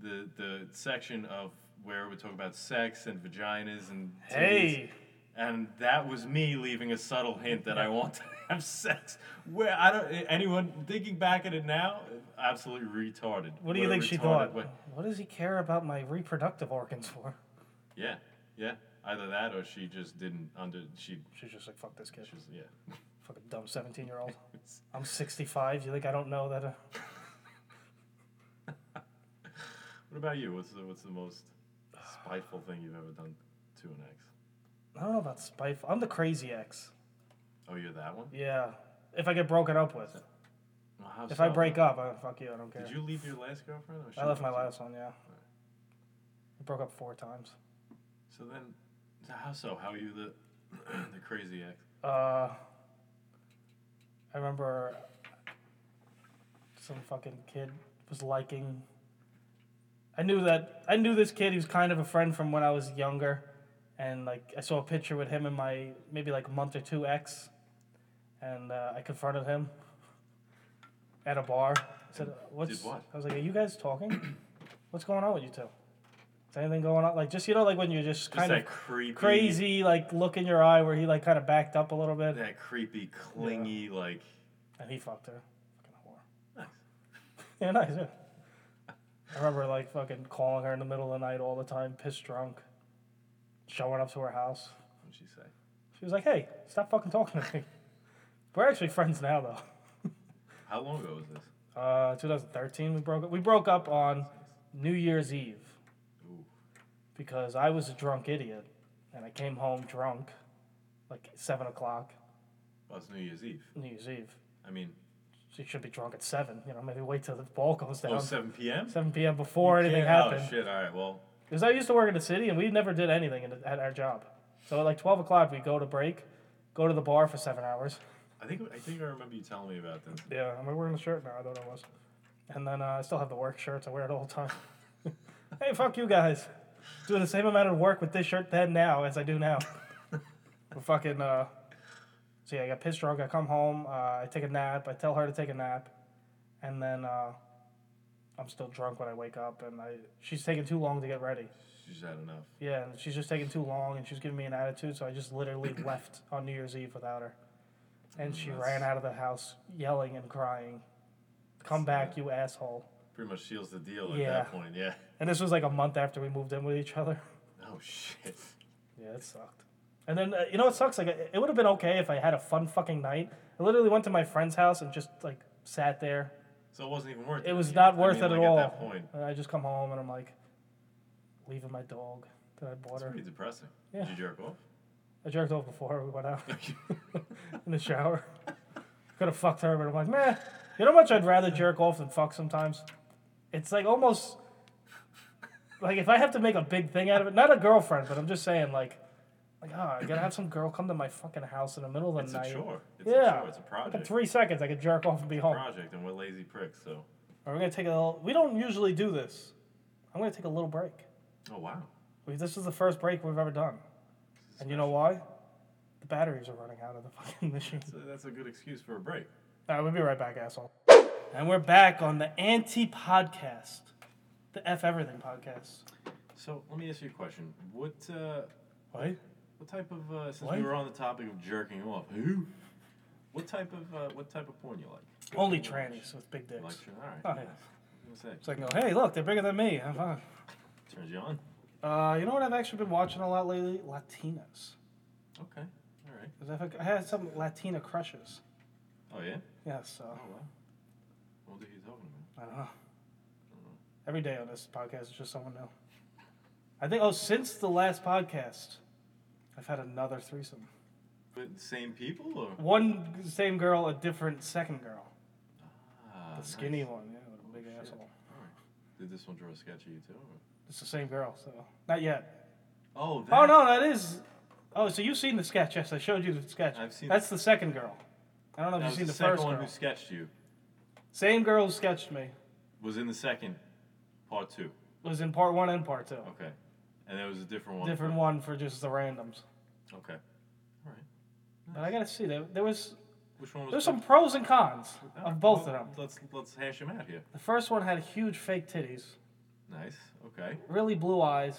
Speaker 2: the the section of where we talk about sex and vaginas and titties.
Speaker 1: Hey.
Speaker 2: And that was me leaving a subtle hint that I want to have sex. Where I don't anyone thinking back at it now, absolutely retarded.
Speaker 1: What do you
Speaker 2: a
Speaker 1: think she
Speaker 2: retarded
Speaker 1: thought?
Speaker 2: way-
Speaker 1: What does he care about my reproductive organs for?
Speaker 2: Yeah, yeah. Either that or she just didn't under. She
Speaker 1: She's just like, fuck this kid.
Speaker 2: just yeah.
Speaker 1: Fucking dumb 17 year old. I'm 65. You think I don't know that? Uh,
Speaker 2: What about you? What's the what's the most spiteful thing you've ever done to an ex?
Speaker 1: I don't know about spiteful. I'm the crazy ex.
Speaker 2: Oh, you're that one?
Speaker 1: Yeah. If I get broken up with.
Speaker 2: Well, how
Speaker 1: If I
Speaker 2: so?
Speaker 1: break up, I, fuck you, I don't care.
Speaker 2: Did you leave your last girlfriend? Or she
Speaker 1: I left my
Speaker 2: left you?
Speaker 1: last one, yeah. I broke up four times.
Speaker 2: So then, so how so? How are you the the crazy ex?
Speaker 1: Uh, I remember some fucking kid was liking. I knew that I knew this kid. He was kind of a friend from when I was younger, and like I saw a picture with him and my maybe like month or two ex, and uh, I confronted him at a bar. I said, "What's?"
Speaker 2: what?
Speaker 1: I was like, "Are you guys talking? What's going on with you two? Is anything going on? Like just you know like when you're just
Speaker 2: Just
Speaker 1: kind
Speaker 2: that
Speaker 1: of."
Speaker 2: creepy,
Speaker 1: crazy like look in your eye where he like kind of backed up a little bit
Speaker 2: that creepy, clingy, like.
Speaker 1: and he fucked her. Fucking whore.
Speaker 2: Nice.
Speaker 1: Yeah, nice. Yeah. I remember like fucking calling her in the middle of the night all the time, pissed drunk, showing up to her house.
Speaker 2: What'd she say?
Speaker 1: She was like, "Hey, stop fucking talking to me." We're actually friends now though.
Speaker 2: How long ago was this?
Speaker 1: Uh, 2013 we broke up. We broke up on New Year's Eve
Speaker 2: Ooh.
Speaker 1: because I was a drunk idiot and I came home drunk, like seven o'clock
Speaker 2: Well, it's New Year's Eve.
Speaker 1: New Year's Eve.
Speaker 2: I mean,
Speaker 1: So you should be drunk at seven. You know, maybe wait till the ball goes down.
Speaker 2: oh, 7 p.m.
Speaker 1: 7 p.m. before anything
Speaker 2: Yeah,
Speaker 1: happened.
Speaker 2: Oh shit! All right, well,
Speaker 1: Because I used to work in the city and we never did anything in- at our job. So at like 12 o'clock, we go to break, go to the bar for seven hours.
Speaker 2: I think I think I remember you telling me about this.
Speaker 1: Yeah, I'm wearing a shirt now. I thought I was. And then uh, I still have the work shirts. I wear it all the time. hey, fuck you guys. Do the same amount of work with this shirt then now as I do now. But fucking. Uh, so yeah, I got pissed drunk. I come home. Uh, I take a nap. I tell her to take a nap, and then uh, I'm still drunk when I wake up. And I she's taking too long to get ready.
Speaker 2: You just had enough.
Speaker 1: Yeah, and she's just taking too long, and she's giving me an attitude, so I just literally left on New Year's Eve without her. And she
Speaker 2: Mm,
Speaker 1: ran out of the house yelling and crying, "Come back, you asshole!"
Speaker 2: Pretty much seals the deal at
Speaker 1: Yeah.
Speaker 2: that point. Yeah.
Speaker 1: And this was like a month after we moved in with each other.
Speaker 2: Oh shit.
Speaker 1: Yeah, it sucked. And then uh, you know what sucks? Like it would have been okay if I had a fun fucking night. I literally went to my friend's house and just like sat there.
Speaker 2: So it wasn't even worth it.
Speaker 1: It was
Speaker 2: I mean-
Speaker 1: not
Speaker 2: I
Speaker 1: worth
Speaker 2: mean,
Speaker 1: it
Speaker 2: like,
Speaker 1: at all.
Speaker 2: At that point,
Speaker 1: And I just come home and I'm like, leaving my dog that I bought
Speaker 2: it's
Speaker 1: her.
Speaker 2: pretty depressing.
Speaker 1: Yeah.
Speaker 2: Did you jerk off?
Speaker 1: I jerked off before we went out. in the shower. Could have fucked her, but I'm like, meh. You know how much I'd rather jerk off than fuck sometimes? It's like almost like if I have to make a big thing out of it, not a girlfriend, but I'm just saying like like oh, I gotta have some girl come to my fucking house in the middle of the
Speaker 2: It's
Speaker 1: night.
Speaker 2: a chore. It's
Speaker 1: yeah.
Speaker 2: a chore. It's a
Speaker 1: In
Speaker 2: project.
Speaker 1: three seconds I could jerk off and be home.
Speaker 2: project, and we're lazy pricks. So.
Speaker 1: Or we're gonna take a little we don't usually do this. I'm gonna take a little break.
Speaker 2: Oh wow.
Speaker 1: We, this is the first break we've ever done. And you know why? The batteries are running out of the fucking machine.
Speaker 2: So that's a good excuse for a break.
Speaker 1: All right, we'll be right back, asshole. And we're back on the Anti Podcast, the F Everything Podcast.
Speaker 2: So let me ask you a question. What uh,
Speaker 1: What?
Speaker 2: what type of uh, since
Speaker 1: What?
Speaker 2: we were on the topic of jerking off? Who? What type of uh, what type of porn you like?
Speaker 1: Only trannies with big
Speaker 2: You like
Speaker 1: dicks.
Speaker 2: all right.
Speaker 1: Oh,
Speaker 2: yeah.
Speaker 1: yeah.
Speaker 2: What do you
Speaker 1: So I can go, hey, look, they're bigger than me. I'm fine.
Speaker 2: say? Turns you on.
Speaker 1: Uh, you know what I've actually been watching a lot lately? Latinas.
Speaker 2: Okay. All right.
Speaker 1: 'Cause I've- I had some Latina crushes.
Speaker 2: Oh yeah.
Speaker 1: Yeah, so
Speaker 2: Oh wow. What are you talking about?
Speaker 1: I don't know. Every day on this podcast is just someone new. I think, oh, since the last podcast, I've had another threesome.
Speaker 2: With the same people or?
Speaker 1: One same girl, a different second girl.
Speaker 2: Ah,
Speaker 1: The
Speaker 2: nice.
Speaker 1: skinny one, yeah, with a big
Speaker 2: shit.
Speaker 1: asshole.
Speaker 2: Did this one draw a sketch of you too? or-
Speaker 1: It's the same girl, so not yet.
Speaker 2: Oh. That.
Speaker 1: Oh no, that is. Oh, so you've seen the sketch? Yes, I showed you the sketch.
Speaker 2: I've seen
Speaker 1: That's the second girl. I don't know if
Speaker 2: That
Speaker 1: you've
Speaker 2: was
Speaker 1: seen
Speaker 2: the
Speaker 1: the,
Speaker 2: second
Speaker 1: first
Speaker 2: one
Speaker 1: girl.
Speaker 2: who sketched you.
Speaker 1: Same girl who sketched me
Speaker 2: Was in the second part two.
Speaker 1: was in part one and part two.
Speaker 2: Okay. And there was a different one.
Speaker 1: Different one for just the randoms.
Speaker 2: Okay. All right.
Speaker 1: But I gotta see there. There was
Speaker 2: Which one was?
Speaker 1: there's some pros and cons of both of
Speaker 2: Well,
Speaker 1: them.
Speaker 2: Let's let's hash them out here.
Speaker 1: The first one had huge fake titties,
Speaker 2: Nice. Okay.
Speaker 1: really blue eyes,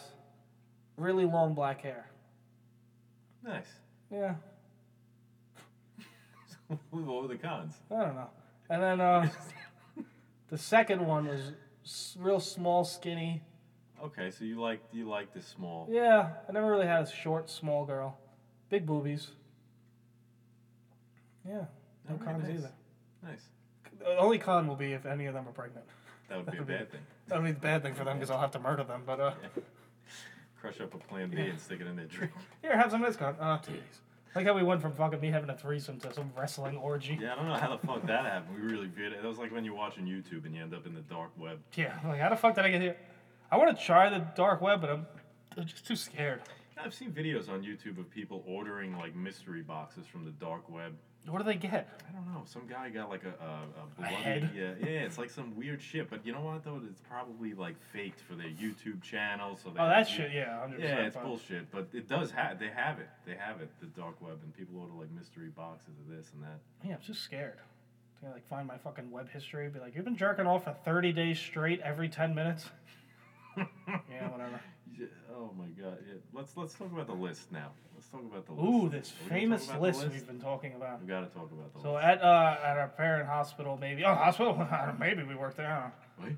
Speaker 1: really long black hair.
Speaker 2: Nice.
Speaker 1: Yeah,
Speaker 2: what were the cons?
Speaker 1: I don't know. And then uh, the second one was s- real small, skinny.
Speaker 2: Okay, so you like you like the small.
Speaker 1: Yeah, I never really had a short, small girl. Big boobies. Yeah, no
Speaker 2: Alright,
Speaker 1: cons
Speaker 2: nice.
Speaker 1: either.
Speaker 2: Nice.
Speaker 1: The only con will be if any of them are pregnant.
Speaker 2: That would be a bad thing.
Speaker 1: That'll be the bad thing for them because I'll have to murder them. But uh,
Speaker 2: Crush up a plan B and stick it in their drink.
Speaker 1: here, have some of this con. Uh, Like how we went from fucking me having a threesome to some wrestling orgy.
Speaker 2: Yeah, I don't know how the fuck that happened. We really did it. That was like when you're watching YouTube and you end up in the dark web.
Speaker 1: Yeah. Like how the fuck did I get here? I want to try the dark web, but I'm, I'm just too scared.
Speaker 2: I've seen videos on YouTube of people ordering like mystery boxes from the dark web.
Speaker 1: What do they get?
Speaker 2: I don't know. Some guy got like a, a, a bloody
Speaker 1: head?
Speaker 2: yeah yeah. It's like some weird shit. But you know what though? It's probably like faked for their YouTube channel. So they
Speaker 1: Oh, that
Speaker 2: you-
Speaker 1: shit. Yeah. 100%
Speaker 2: Yeah, it's
Speaker 1: fine.
Speaker 2: bullshit. But it does have. They have it. They have it. The dark web and people order like mystery boxes of this and that.
Speaker 1: Yeah, I'm just scared. I'm gonna like find my fucking web history and be like, you've been jerking off for 30 days straight every 10 minutes. yeah, whatever.
Speaker 2: Yeah, oh my god. Yeah. Let's let's talk about the list now. Let's talk about the list.
Speaker 1: Ooh, this
Speaker 2: Are we gonna talk
Speaker 1: famous
Speaker 2: about the
Speaker 1: list, we've been talking about.
Speaker 2: We gotta talk about the
Speaker 1: So
Speaker 2: list.
Speaker 1: at uh, at our parent hospital, maybe oh hospital, I don't know, maybe we worked there. I don't know.
Speaker 2: Wait.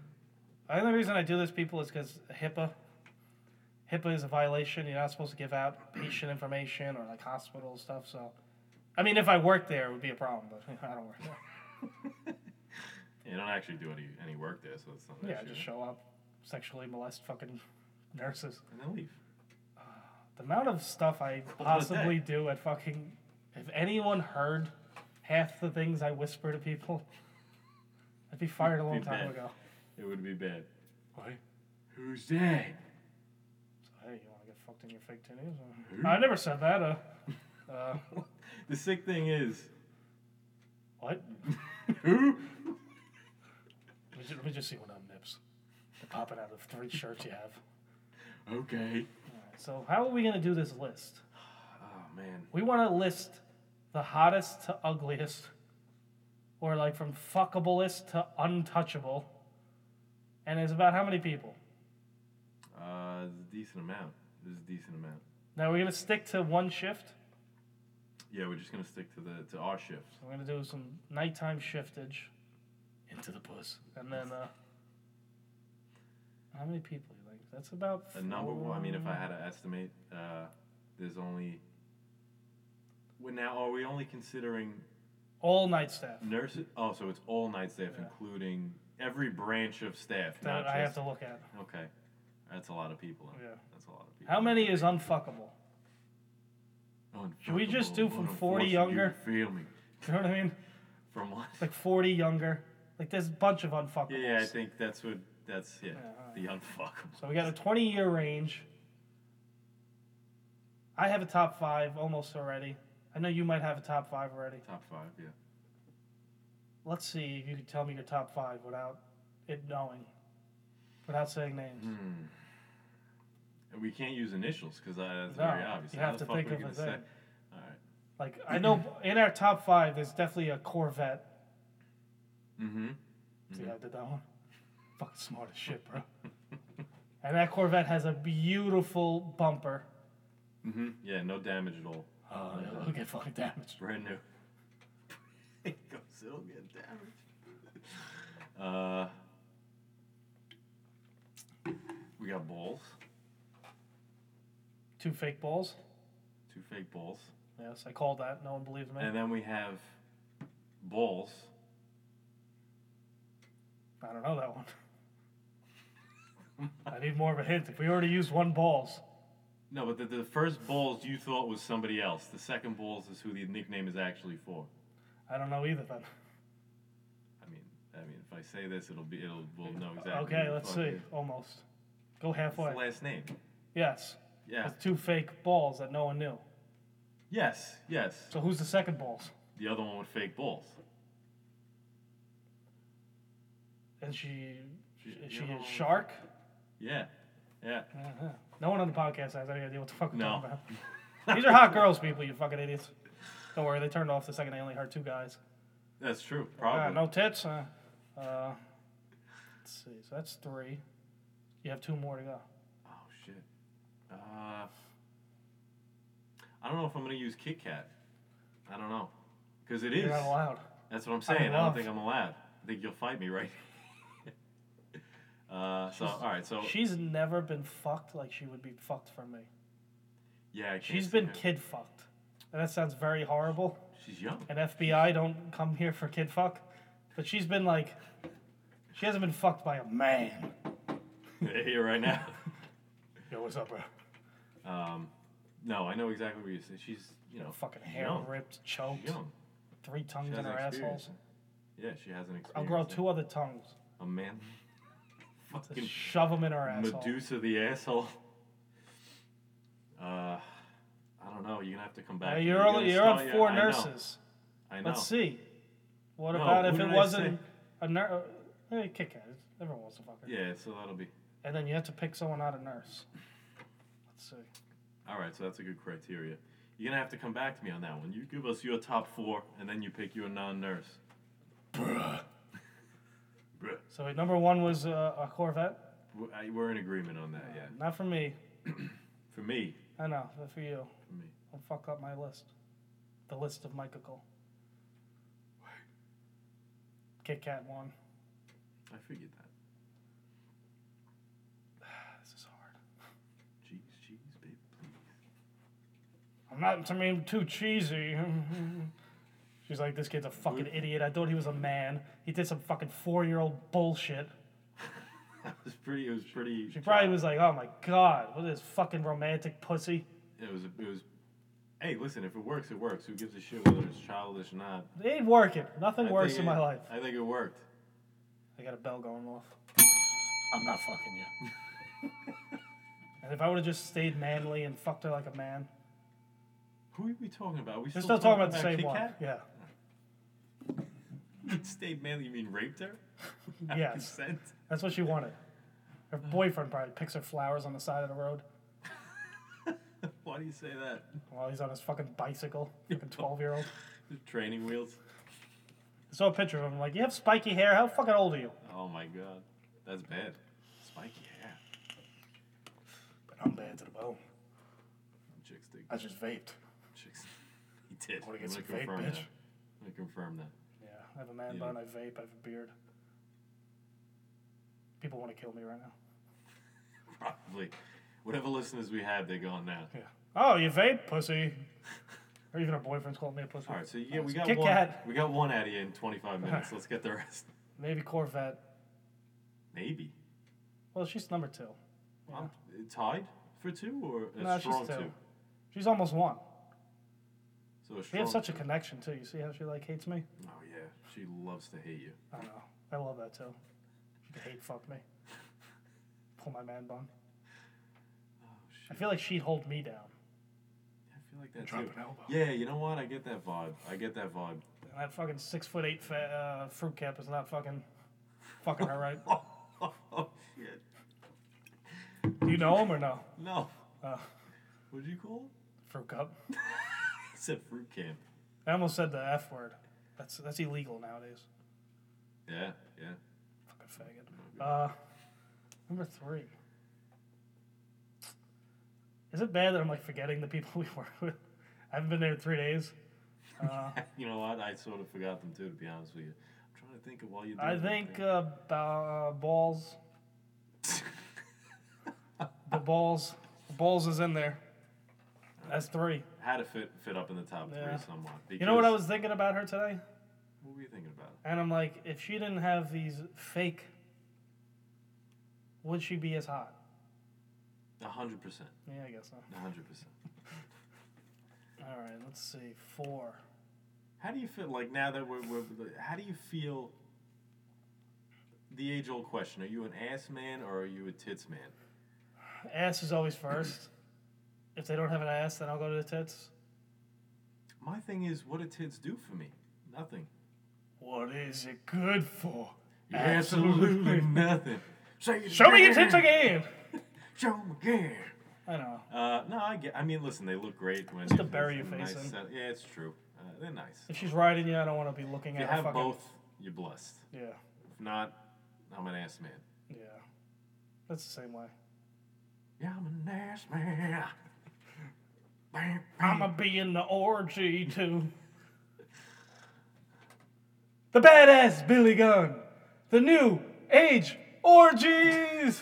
Speaker 1: The only reason I do this, people, is because HIPAA. HIPAA is a violation. You're not supposed to give out patient information or like hospital stuff. So, I mean, if I worked there, it would be a problem. But I don't work there.
Speaker 2: You don't actually do any any work there, so it's not that
Speaker 1: Yeah, I
Speaker 2: shit.
Speaker 1: just show up, sexually molest fucking nurses.
Speaker 2: and then leave.
Speaker 1: The amount of stuff I
Speaker 2: a
Speaker 1: possibly do at fucking. If anyone heard half the things I whisper to people, I'd be fired a long
Speaker 2: Be
Speaker 1: time
Speaker 2: bad.
Speaker 1: ago.
Speaker 2: It would be bad.
Speaker 1: Why?
Speaker 2: Who's that?
Speaker 1: So, hey, you want to get fucked in your fake titties? Or... I never said that. Uh, uh,
Speaker 2: The sick thing is,
Speaker 1: what?
Speaker 2: who?
Speaker 1: Let me, just, let me just see one of them nips. They're popping out of three shirts you have.
Speaker 2: Okay.
Speaker 1: Alright, So how are we gonna do this list?
Speaker 2: Oh man.
Speaker 1: We want to list the hottest to ugliest, or like from fuckablest to untouchable. And it's about how many people?
Speaker 2: Uh, there's a decent amount. There's a decent amount.
Speaker 1: Now we're gonna stick to one shift.
Speaker 2: Yeah, we're just gonna stick to the to our shift.
Speaker 1: We're gonna do some nighttime shiftage. Into the puss. And then, uh, how many people? Like that's about.
Speaker 2: A Uh, number one. I mean, if I had to estimate, uh, there's only. Well, now are we only considering
Speaker 1: all night staff.
Speaker 2: nurses? Oh, so it's all night staff, including every branch of staff.
Speaker 1: That
Speaker 2: not
Speaker 1: I have
Speaker 2: just-
Speaker 1: to look at.
Speaker 2: Okay, that's a lot of people. then.
Speaker 1: Yeah.
Speaker 2: That's a lot of people.
Speaker 1: How many is unfuckable? Should we just do from 40 younger?
Speaker 2: You feel me?
Speaker 1: You know what I mean?
Speaker 2: From what?
Speaker 1: Like 40 younger. Like there's a bunch of unfuckables.
Speaker 2: Yeah, yeah, I think that's what that's yeah,
Speaker 1: alright.
Speaker 2: the unfuckable.
Speaker 1: So we got a 20 year range. I have a top five almost already. I know you might have a top five already.
Speaker 2: Top five, yeah.
Speaker 1: Let's see if you can tell me your top five without it knowing, without saying
Speaker 2: Hmm.
Speaker 1: names.
Speaker 2: And we can't use initials because that's
Speaker 1: No,
Speaker 2: very obvious.
Speaker 1: you
Speaker 2: How
Speaker 1: have
Speaker 2: the
Speaker 1: to
Speaker 2: fuck
Speaker 1: think
Speaker 2: are we
Speaker 1: of a
Speaker 2: gonna say?
Speaker 1: thing.
Speaker 2: All right.
Speaker 1: Like I know in our top five, there's definitely a Corvette.
Speaker 2: Mm-hmm.
Speaker 1: See, how I did that one. Fucking smart as shit, bro. and that Corvette has a beautiful bumper.
Speaker 2: Mm-hmm. Yeah, no damage at all.
Speaker 1: Oh, it'll get fucking damaged.
Speaker 2: Brand new. it goes, it'll get damaged. Uh, we got balls.
Speaker 1: Two fake balls.
Speaker 2: Two fake balls.
Speaker 1: Yes, I called that. No one believed me.
Speaker 2: And then we have balls.
Speaker 1: I don't know that one. I need more of a hint. If we already used one balls,
Speaker 2: No, but the, the first balls you thought was somebody else. The second balls is who the nickname is actually for.
Speaker 1: I don't know either then.
Speaker 2: I mean, I mean, if I say this, it'll be, it'll, we'll know exactly. who
Speaker 1: okay,
Speaker 2: the
Speaker 1: let's
Speaker 2: fuck
Speaker 1: see.
Speaker 2: it is.
Speaker 1: Almost. Go
Speaker 2: It's
Speaker 1: halfway.
Speaker 2: the last name.
Speaker 1: Yes.
Speaker 2: Yeah.
Speaker 1: With two fake balls that no one knew.
Speaker 2: Yes. Yes.
Speaker 1: So who's the second balls?
Speaker 2: The other one with fake balls.
Speaker 1: And she,
Speaker 2: She-
Speaker 1: is
Speaker 2: the
Speaker 1: she
Speaker 2: other
Speaker 1: a
Speaker 2: one-
Speaker 1: shark?
Speaker 2: Yeah. Yeah.
Speaker 1: Uh-huh. No one on the podcast has any idea what the fuck we're
Speaker 2: No.
Speaker 1: talking about. These are hot girls, people. You fucking idiots. Don't worry, they turned off the second they only heard two guys.
Speaker 2: That's true.
Speaker 1: Uh,
Speaker 2: Probably.
Speaker 1: no tits. Uh, uh, let's see. So that's three. You have two more to go.
Speaker 2: Oh shit. Uh, I don't know if I'm gonna use Kit Kat. I don't know, because it
Speaker 1: You're
Speaker 2: is.
Speaker 1: not allowed.
Speaker 2: That's what I'm saying. I don't
Speaker 1: love-
Speaker 2: think I'm allowed. I think you'll fight me, right? uh, so all right. So
Speaker 1: She's never been fucked like she would be fucked for me.
Speaker 2: yeah, I can't
Speaker 1: She's
Speaker 2: see
Speaker 1: been
Speaker 2: her.
Speaker 1: kid fucked. And that sounds very horrible.
Speaker 2: She's young.
Speaker 1: And FBI don't come here for kid fuck. But she's been like, she hasn't been fucked by a man.
Speaker 2: They're here right now.
Speaker 1: Yo, what's up, bro?
Speaker 2: Um, No, I know exactly what you're saying. She's, you know,
Speaker 1: Fucking hair
Speaker 2: young.
Speaker 1: ripped,
Speaker 2: She's
Speaker 1: choked,
Speaker 2: young.
Speaker 1: three
Speaker 2: She
Speaker 1: tongues in
Speaker 2: has
Speaker 1: her
Speaker 2: an
Speaker 1: assholes.
Speaker 2: experience. Yeah, she has an experience.
Speaker 1: I'll grow two other tongues.
Speaker 2: A man.
Speaker 1: Just
Speaker 2: Fucking
Speaker 1: shove them in her asshole.
Speaker 2: Medusa the asshole. Uh, I don't know. You're gonna have to come back.
Speaker 1: Hey, you're
Speaker 2: gonna
Speaker 1: only you're on
Speaker 2: start your-
Speaker 1: four
Speaker 2: I know,
Speaker 1: nurses.
Speaker 2: I know.
Speaker 1: Let's see. What
Speaker 2: No,
Speaker 1: about if
Speaker 2: who
Speaker 1: it
Speaker 2: did I
Speaker 1: wasn't
Speaker 2: say?
Speaker 1: a nurse? Hey, kick ass. Everyone wants a fucker.
Speaker 2: Yeah, so that'll be
Speaker 1: And then you have to pick someone not a nurse. Let's see.
Speaker 2: all right. So that's a good criteria. You're gonna have to come back to me on that one. You give us your top four, and then you pick your non-nurse.
Speaker 3: Bruh.
Speaker 2: Bruh.
Speaker 1: So wait, number one was uh, a Corvette.
Speaker 2: We're- I- We're in agreement on that. Yeah.
Speaker 1: Not for me.
Speaker 2: For me,
Speaker 1: I know, but for you.
Speaker 2: for me.
Speaker 1: Don't fuck up my list. The list of Michael Cole. Kit Kat one.
Speaker 2: I figured that.
Speaker 1: This is hard.
Speaker 2: Jeez, jeez, babe, please.
Speaker 1: I'm not, I mean, too cheesy. She's like, this kid's a fucking idiot. I thought he was a man. He did some fucking four year old bullshit.
Speaker 2: That was pretty. It was pretty.
Speaker 1: She probably was like, oh my god, what is this fucking romantic pussy?
Speaker 2: It was. It was. Hey, listen. If it works, it works. Who gives a shit whether it's childish or not?
Speaker 1: It ain't working. Nothing
Speaker 2: I
Speaker 1: worse
Speaker 2: think
Speaker 1: in
Speaker 2: it-
Speaker 1: my life.
Speaker 2: I think it worked.
Speaker 1: I got a bell going off.
Speaker 3: I'm not fucking you.
Speaker 1: And if I would have just stayed manly and fucked her like a man,
Speaker 2: Who are we talking about? Are we
Speaker 1: they're still talking about the same one. Yeah.
Speaker 2: Kit State man, you mean raped her? Without
Speaker 1: Yes.
Speaker 2: Consent?
Speaker 1: That's what she wanted. Her boyfriend probably picks her flowers on the side of the road
Speaker 2: Why do you say that?
Speaker 1: while he's on his fucking bicycle, fucking 12 year old.
Speaker 2: The training wheels.
Speaker 1: I saw a picture of him, like, you have spiky hair. How fucking old are you?
Speaker 2: Oh my god, that's bad. Spiky hair.
Speaker 3: But I'm bad to the bone.
Speaker 2: Chicks dig.
Speaker 3: I just vaped.
Speaker 2: Chicks. He did.
Speaker 3: Wanna
Speaker 2: I'm
Speaker 3: get
Speaker 2: gonna
Speaker 3: some vape,
Speaker 2: confirm
Speaker 3: bitch?
Speaker 2: that. I'm gonna confirm that.
Speaker 1: Yeah, I have a man
Speaker 2: Yeah.
Speaker 1: bun, I vape, I have a beard. People want to kill me right now.
Speaker 2: Probably. Whatever listeners we had, they're gone now.
Speaker 1: Yeah. Oh, you vape, pussy. or even her boyfriend's calling me a pussy.
Speaker 2: All right, so yeah, we got
Speaker 1: Kit
Speaker 2: one.
Speaker 1: Kat.
Speaker 2: We got one out of you in 25 minutes. Let's get the rest.
Speaker 1: Maybe Corvette.
Speaker 2: Maybe.
Speaker 1: Well, she's number two.
Speaker 2: I'm tied for two or a
Speaker 1: No, she's
Speaker 2: strong
Speaker 1: two.
Speaker 2: two.
Speaker 1: She's almost one.
Speaker 2: So a
Speaker 1: We
Speaker 2: strong
Speaker 1: have such a
Speaker 2: two.
Speaker 1: connection too. You see how she like hates me?
Speaker 2: Oh yeah, she loves to hate you.
Speaker 1: I know. I love that too. She could hate fuck me. Pull my man bun. I
Speaker 2: Oh shit.
Speaker 1: feel like she'd hold me down.
Speaker 2: I feel like that
Speaker 3: Drop
Speaker 2: too.
Speaker 3: an elbow.
Speaker 2: Yeah, you know what? I get that vibe. I get that vibe.
Speaker 1: And that fucking six foot eight fa- uh, fruit cap is not fucking fucking her right.
Speaker 2: Oh, shit.
Speaker 1: Do you know him or no?
Speaker 2: No.
Speaker 1: Uh,
Speaker 2: What'd you call it?
Speaker 1: fruit cup.
Speaker 2: I said fruit camp.
Speaker 1: I almost said the F word. That's that's illegal nowadays.
Speaker 2: Yeah, yeah.
Speaker 1: Fucking faggot. Uh, number three. Is it bad that I'm like forgetting the people we work with? I haven't been there in three days. Uh,
Speaker 2: You know what? I sort of forgot them too, to be honest with you. I'm trying to think of while you do
Speaker 1: I think uh, ba- balls. The balls. The balls is in there. That's three.
Speaker 2: Had to fit fit up in the top
Speaker 1: Yeah.
Speaker 2: three somewhat.
Speaker 1: You know what I
Speaker 2: because-
Speaker 1: was thinking about her today?
Speaker 2: What were you thinking about?
Speaker 1: And I'm like, if she didn't have these fake, would she be as hot?
Speaker 2: A hundred percent.
Speaker 1: Yeah, I guess so.
Speaker 2: A hundred percent.
Speaker 1: All right, let's see. Four.
Speaker 2: How do you feel like now that we're, we're how do you feel? The age old question: Are you an ass man or are you a tits man?
Speaker 1: Ass is always first. if they don't have an ass, then I'll go to the tits.
Speaker 2: My thing is, what do tits do for me? Nothing.
Speaker 1: What is it good for?
Speaker 2: Absolutely nothing. Say it
Speaker 1: Show me your
Speaker 2: again.
Speaker 1: tits again.
Speaker 2: Show 'em again.
Speaker 1: I know.
Speaker 2: Uh, no, I get. I mean, listen, they look great when
Speaker 1: Just to
Speaker 2: you-
Speaker 1: bury your
Speaker 2: it's a
Speaker 1: face
Speaker 2: nice
Speaker 1: in.
Speaker 2: set- Yeah, it's true. Uh, they're nice. If
Speaker 1: If she's riding you, I don't want to be looking
Speaker 2: you
Speaker 1: at. her
Speaker 2: have
Speaker 1: fucking,
Speaker 2: both, you're blessed.
Speaker 1: Yeah,
Speaker 2: If not, I'm an ass man.
Speaker 1: yeah. That's the same way.
Speaker 2: Yeah, I'm an ass man. Bam, bam.
Speaker 1: I'ma be in the orgy too. the badass Billy Gunn, the new age orgies.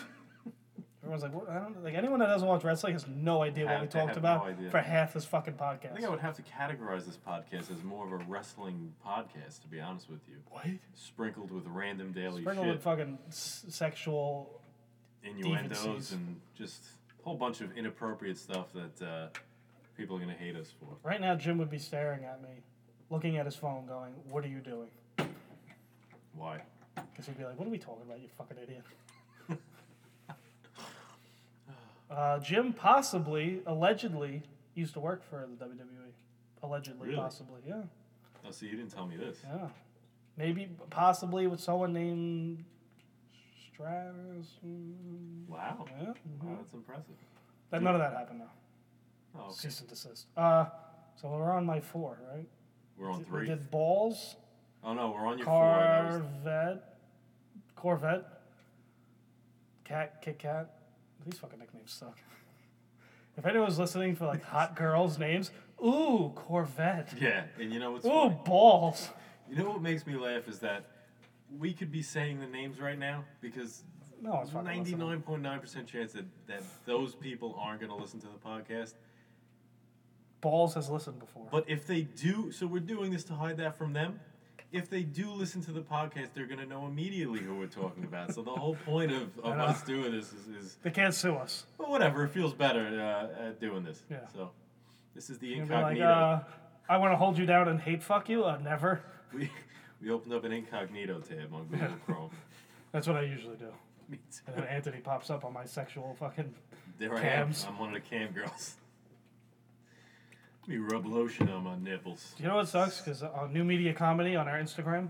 Speaker 1: Everyone's like, what? I don't like anyone that doesn't watch wrestling has no idea what
Speaker 2: Have-
Speaker 1: we
Speaker 2: they
Speaker 1: talked
Speaker 2: have
Speaker 1: about
Speaker 2: no idea.
Speaker 1: for half this fucking
Speaker 2: I think I
Speaker 1: podcast.
Speaker 2: would have to categorize this podcast as more of a wrestling podcast, to be honest with you.
Speaker 3: What?
Speaker 2: Sprinkled with random daily
Speaker 1: Sprinkle
Speaker 2: shit,
Speaker 1: with fucking s- sexual.
Speaker 2: innuendos,
Speaker 1: deviancies.
Speaker 2: and just a whole bunch of inappropriate stuff that uh, people are gonna hate us for.
Speaker 1: Right now, Jim would be staring at me, looking at his phone, going, "What are you doing?"
Speaker 2: Why?
Speaker 1: Because he'd be like, "What are we talking about, you fucking idiot?" uh, Jim possibly, allegedly, used to work for the WWE. Allegedly,
Speaker 2: Really?
Speaker 1: possibly, yeah,
Speaker 2: Oh, see, you didn't tell me this.
Speaker 1: yeah. Maybe, possibly, with someone named Stratus. mm,
Speaker 2: Wow.
Speaker 1: Yeah.
Speaker 2: Wow, that's impressive.
Speaker 1: That, none of that happened now.
Speaker 2: Oh, okay.
Speaker 1: Cease and desist. Uh, so we're on my four, right?
Speaker 2: We're on
Speaker 1: Did-
Speaker 2: three.
Speaker 1: We did balls,
Speaker 2: Oh no, we're on your four. and I was-
Speaker 1: Corvette, Corvette, Cat, Kit Kat. These fucking nicknames suck. If anyone was listening for like hot girls' names, ooh Corvette,
Speaker 2: Yeah, and you know what's
Speaker 1: ooh
Speaker 2: funny?
Speaker 1: balls.
Speaker 2: You know what makes me laugh is that we could be saying the names right now because
Speaker 1: No, it's fucking
Speaker 2: ninety
Speaker 1: listening.
Speaker 2: nine point nine percent chance that, that those people aren't gonna listen to the podcast.
Speaker 1: Balls has listened before.
Speaker 2: But if they do, so we're doing this to hide that from them. If they do listen to the podcast, they're gonna know immediately who we're talking about. So the whole point of, of
Speaker 1: know.
Speaker 2: us doing this is, is
Speaker 1: they can't sue us.
Speaker 2: well, whatever. It feels better uh, at doing this.
Speaker 1: Yeah.
Speaker 2: So this is the
Speaker 1: They'll be like,
Speaker 2: incognito.
Speaker 1: uh, I want to hold you down and hate fuck you. Uh, never.
Speaker 2: we we opened up an incognito tab on Google Chrome.
Speaker 1: That's what I usually do.
Speaker 2: Me too.
Speaker 1: And then Anthony pops up on my sexual fucking.
Speaker 2: There I
Speaker 1: Cams.
Speaker 2: am. I'm one of the cam girls. Let me rub lotion on my nipples.
Speaker 1: You know what sucks? Because on New Media Comedy on our Instagram,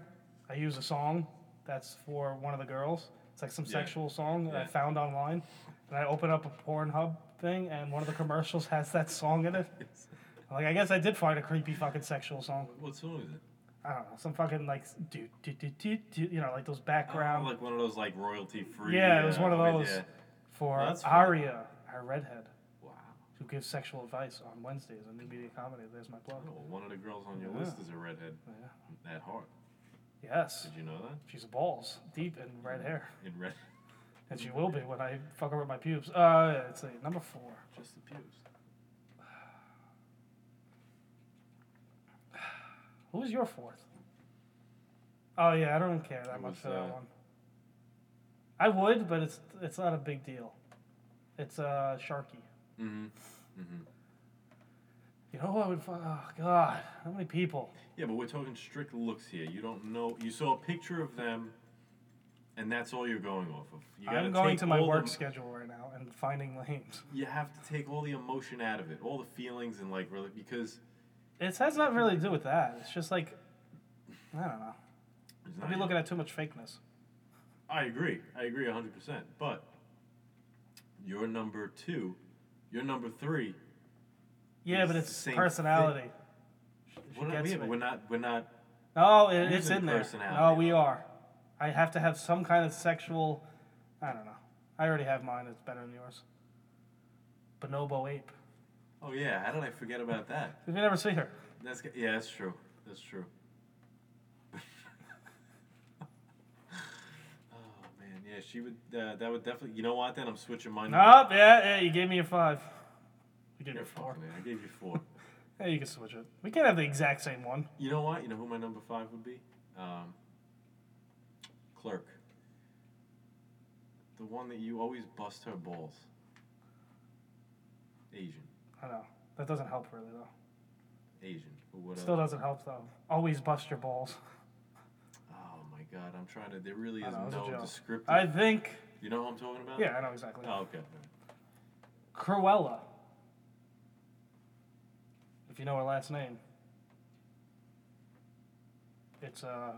Speaker 1: I use a song that's for one of the girls. It's like some
Speaker 2: Yeah.
Speaker 1: sexual song that I
Speaker 2: Yeah.
Speaker 1: found online. And I open up a Pornhub thing, and one of the commercials has that song in it. I'm like, I guess I did find a creepy fucking sexual song.
Speaker 2: What song is it?
Speaker 1: I don't know. Some fucking, like, do, do, do, do, do, you know, like those
Speaker 2: Oh,
Speaker 1: background.
Speaker 2: like one of those Oh, like uh, royalty free.
Speaker 1: yeah, it was one of those
Speaker 2: Yeah.
Speaker 1: for
Speaker 2: That's funny.
Speaker 1: Aria, our redhead,
Speaker 2: Wow.
Speaker 1: who gives sexual advice on Wednesdays on New Media Comedy. There's my plug.
Speaker 2: Oh, one of the girls on your
Speaker 1: Yeah. Oh,
Speaker 2: list is a redhead.
Speaker 1: Yeah.
Speaker 2: That hard.
Speaker 1: Yes.
Speaker 2: Did you know that?
Speaker 1: She's balls, deep and red hair.
Speaker 2: In red,
Speaker 1: And she will be when I fuck her with my pubes. Uh, it's a number four.
Speaker 2: just the pubes.
Speaker 1: Who was your fourth? Oh yeah, I don't even care that
Speaker 2: It
Speaker 1: much
Speaker 2: was,
Speaker 1: for that
Speaker 2: uh,
Speaker 1: one. I would, but it's it's not a big deal. It's uh Sharky.
Speaker 2: Mm-hmm. Mm-hmm.
Speaker 1: You know who I would? fu- Oh God, how many people?
Speaker 2: Yeah, but we're talking strict looks here. You don't know. You saw a picture of them, and that's all you're going off of. You gotta
Speaker 1: I'm going
Speaker 2: take
Speaker 1: to my
Speaker 2: all the-
Speaker 1: work schedule right now and finding names.
Speaker 2: You have to take all the emotion out of it, all the feelings, and like really because
Speaker 1: It has not really to do with that. It's just like I don't know.
Speaker 2: it's
Speaker 1: I'd
Speaker 2: not
Speaker 1: be
Speaker 2: your-
Speaker 1: looking at too much fakeness.
Speaker 2: I agree. I agree 100%. But your number two, your number three,
Speaker 1: Yeah, but
Speaker 2: It's the
Speaker 1: it's
Speaker 2: same
Speaker 1: personality.
Speaker 2: we're not,
Speaker 1: gets
Speaker 2: we,
Speaker 1: me.
Speaker 2: we're not, we're not,
Speaker 1: No, Oh, it,
Speaker 2: Using
Speaker 1: it's in there.
Speaker 2: personality.
Speaker 1: No, we are. I have to have some kind of sexual. I don't know. I already have mine. It's better than yours. Bonobo ape.
Speaker 2: oh yeah, how did I forget about that?
Speaker 1: Have you never seen her?
Speaker 2: That's, g- yeah, that's true. That's true. oh man, yeah, she would, uh, that would definitely, you know what then? I'm switching mine.
Speaker 1: Nope. Yeah, yeah. You gave me a five. We did
Speaker 2: You're
Speaker 1: it four.
Speaker 2: fucking, man. I gave you four.
Speaker 1: Yeah, you can switch it. We can't have the exact same one.
Speaker 2: You know what? You know who my number five would be? Um, clerk. The one that you always bust her balls. Asian.
Speaker 1: I know. That doesn't help really though.
Speaker 2: Asian. Or whatever.
Speaker 1: Still doesn't help though. Always bust your balls.
Speaker 2: Oh my god, I'm trying to. There really
Speaker 1: I
Speaker 2: is
Speaker 1: know, it was a
Speaker 2: no
Speaker 1: joke.
Speaker 2: descriptive.
Speaker 1: I think.
Speaker 2: you know who I'm talking about?
Speaker 1: Yeah, I know exactly.
Speaker 2: Oh, okay.
Speaker 1: Cruella. If you know her last name. It's uh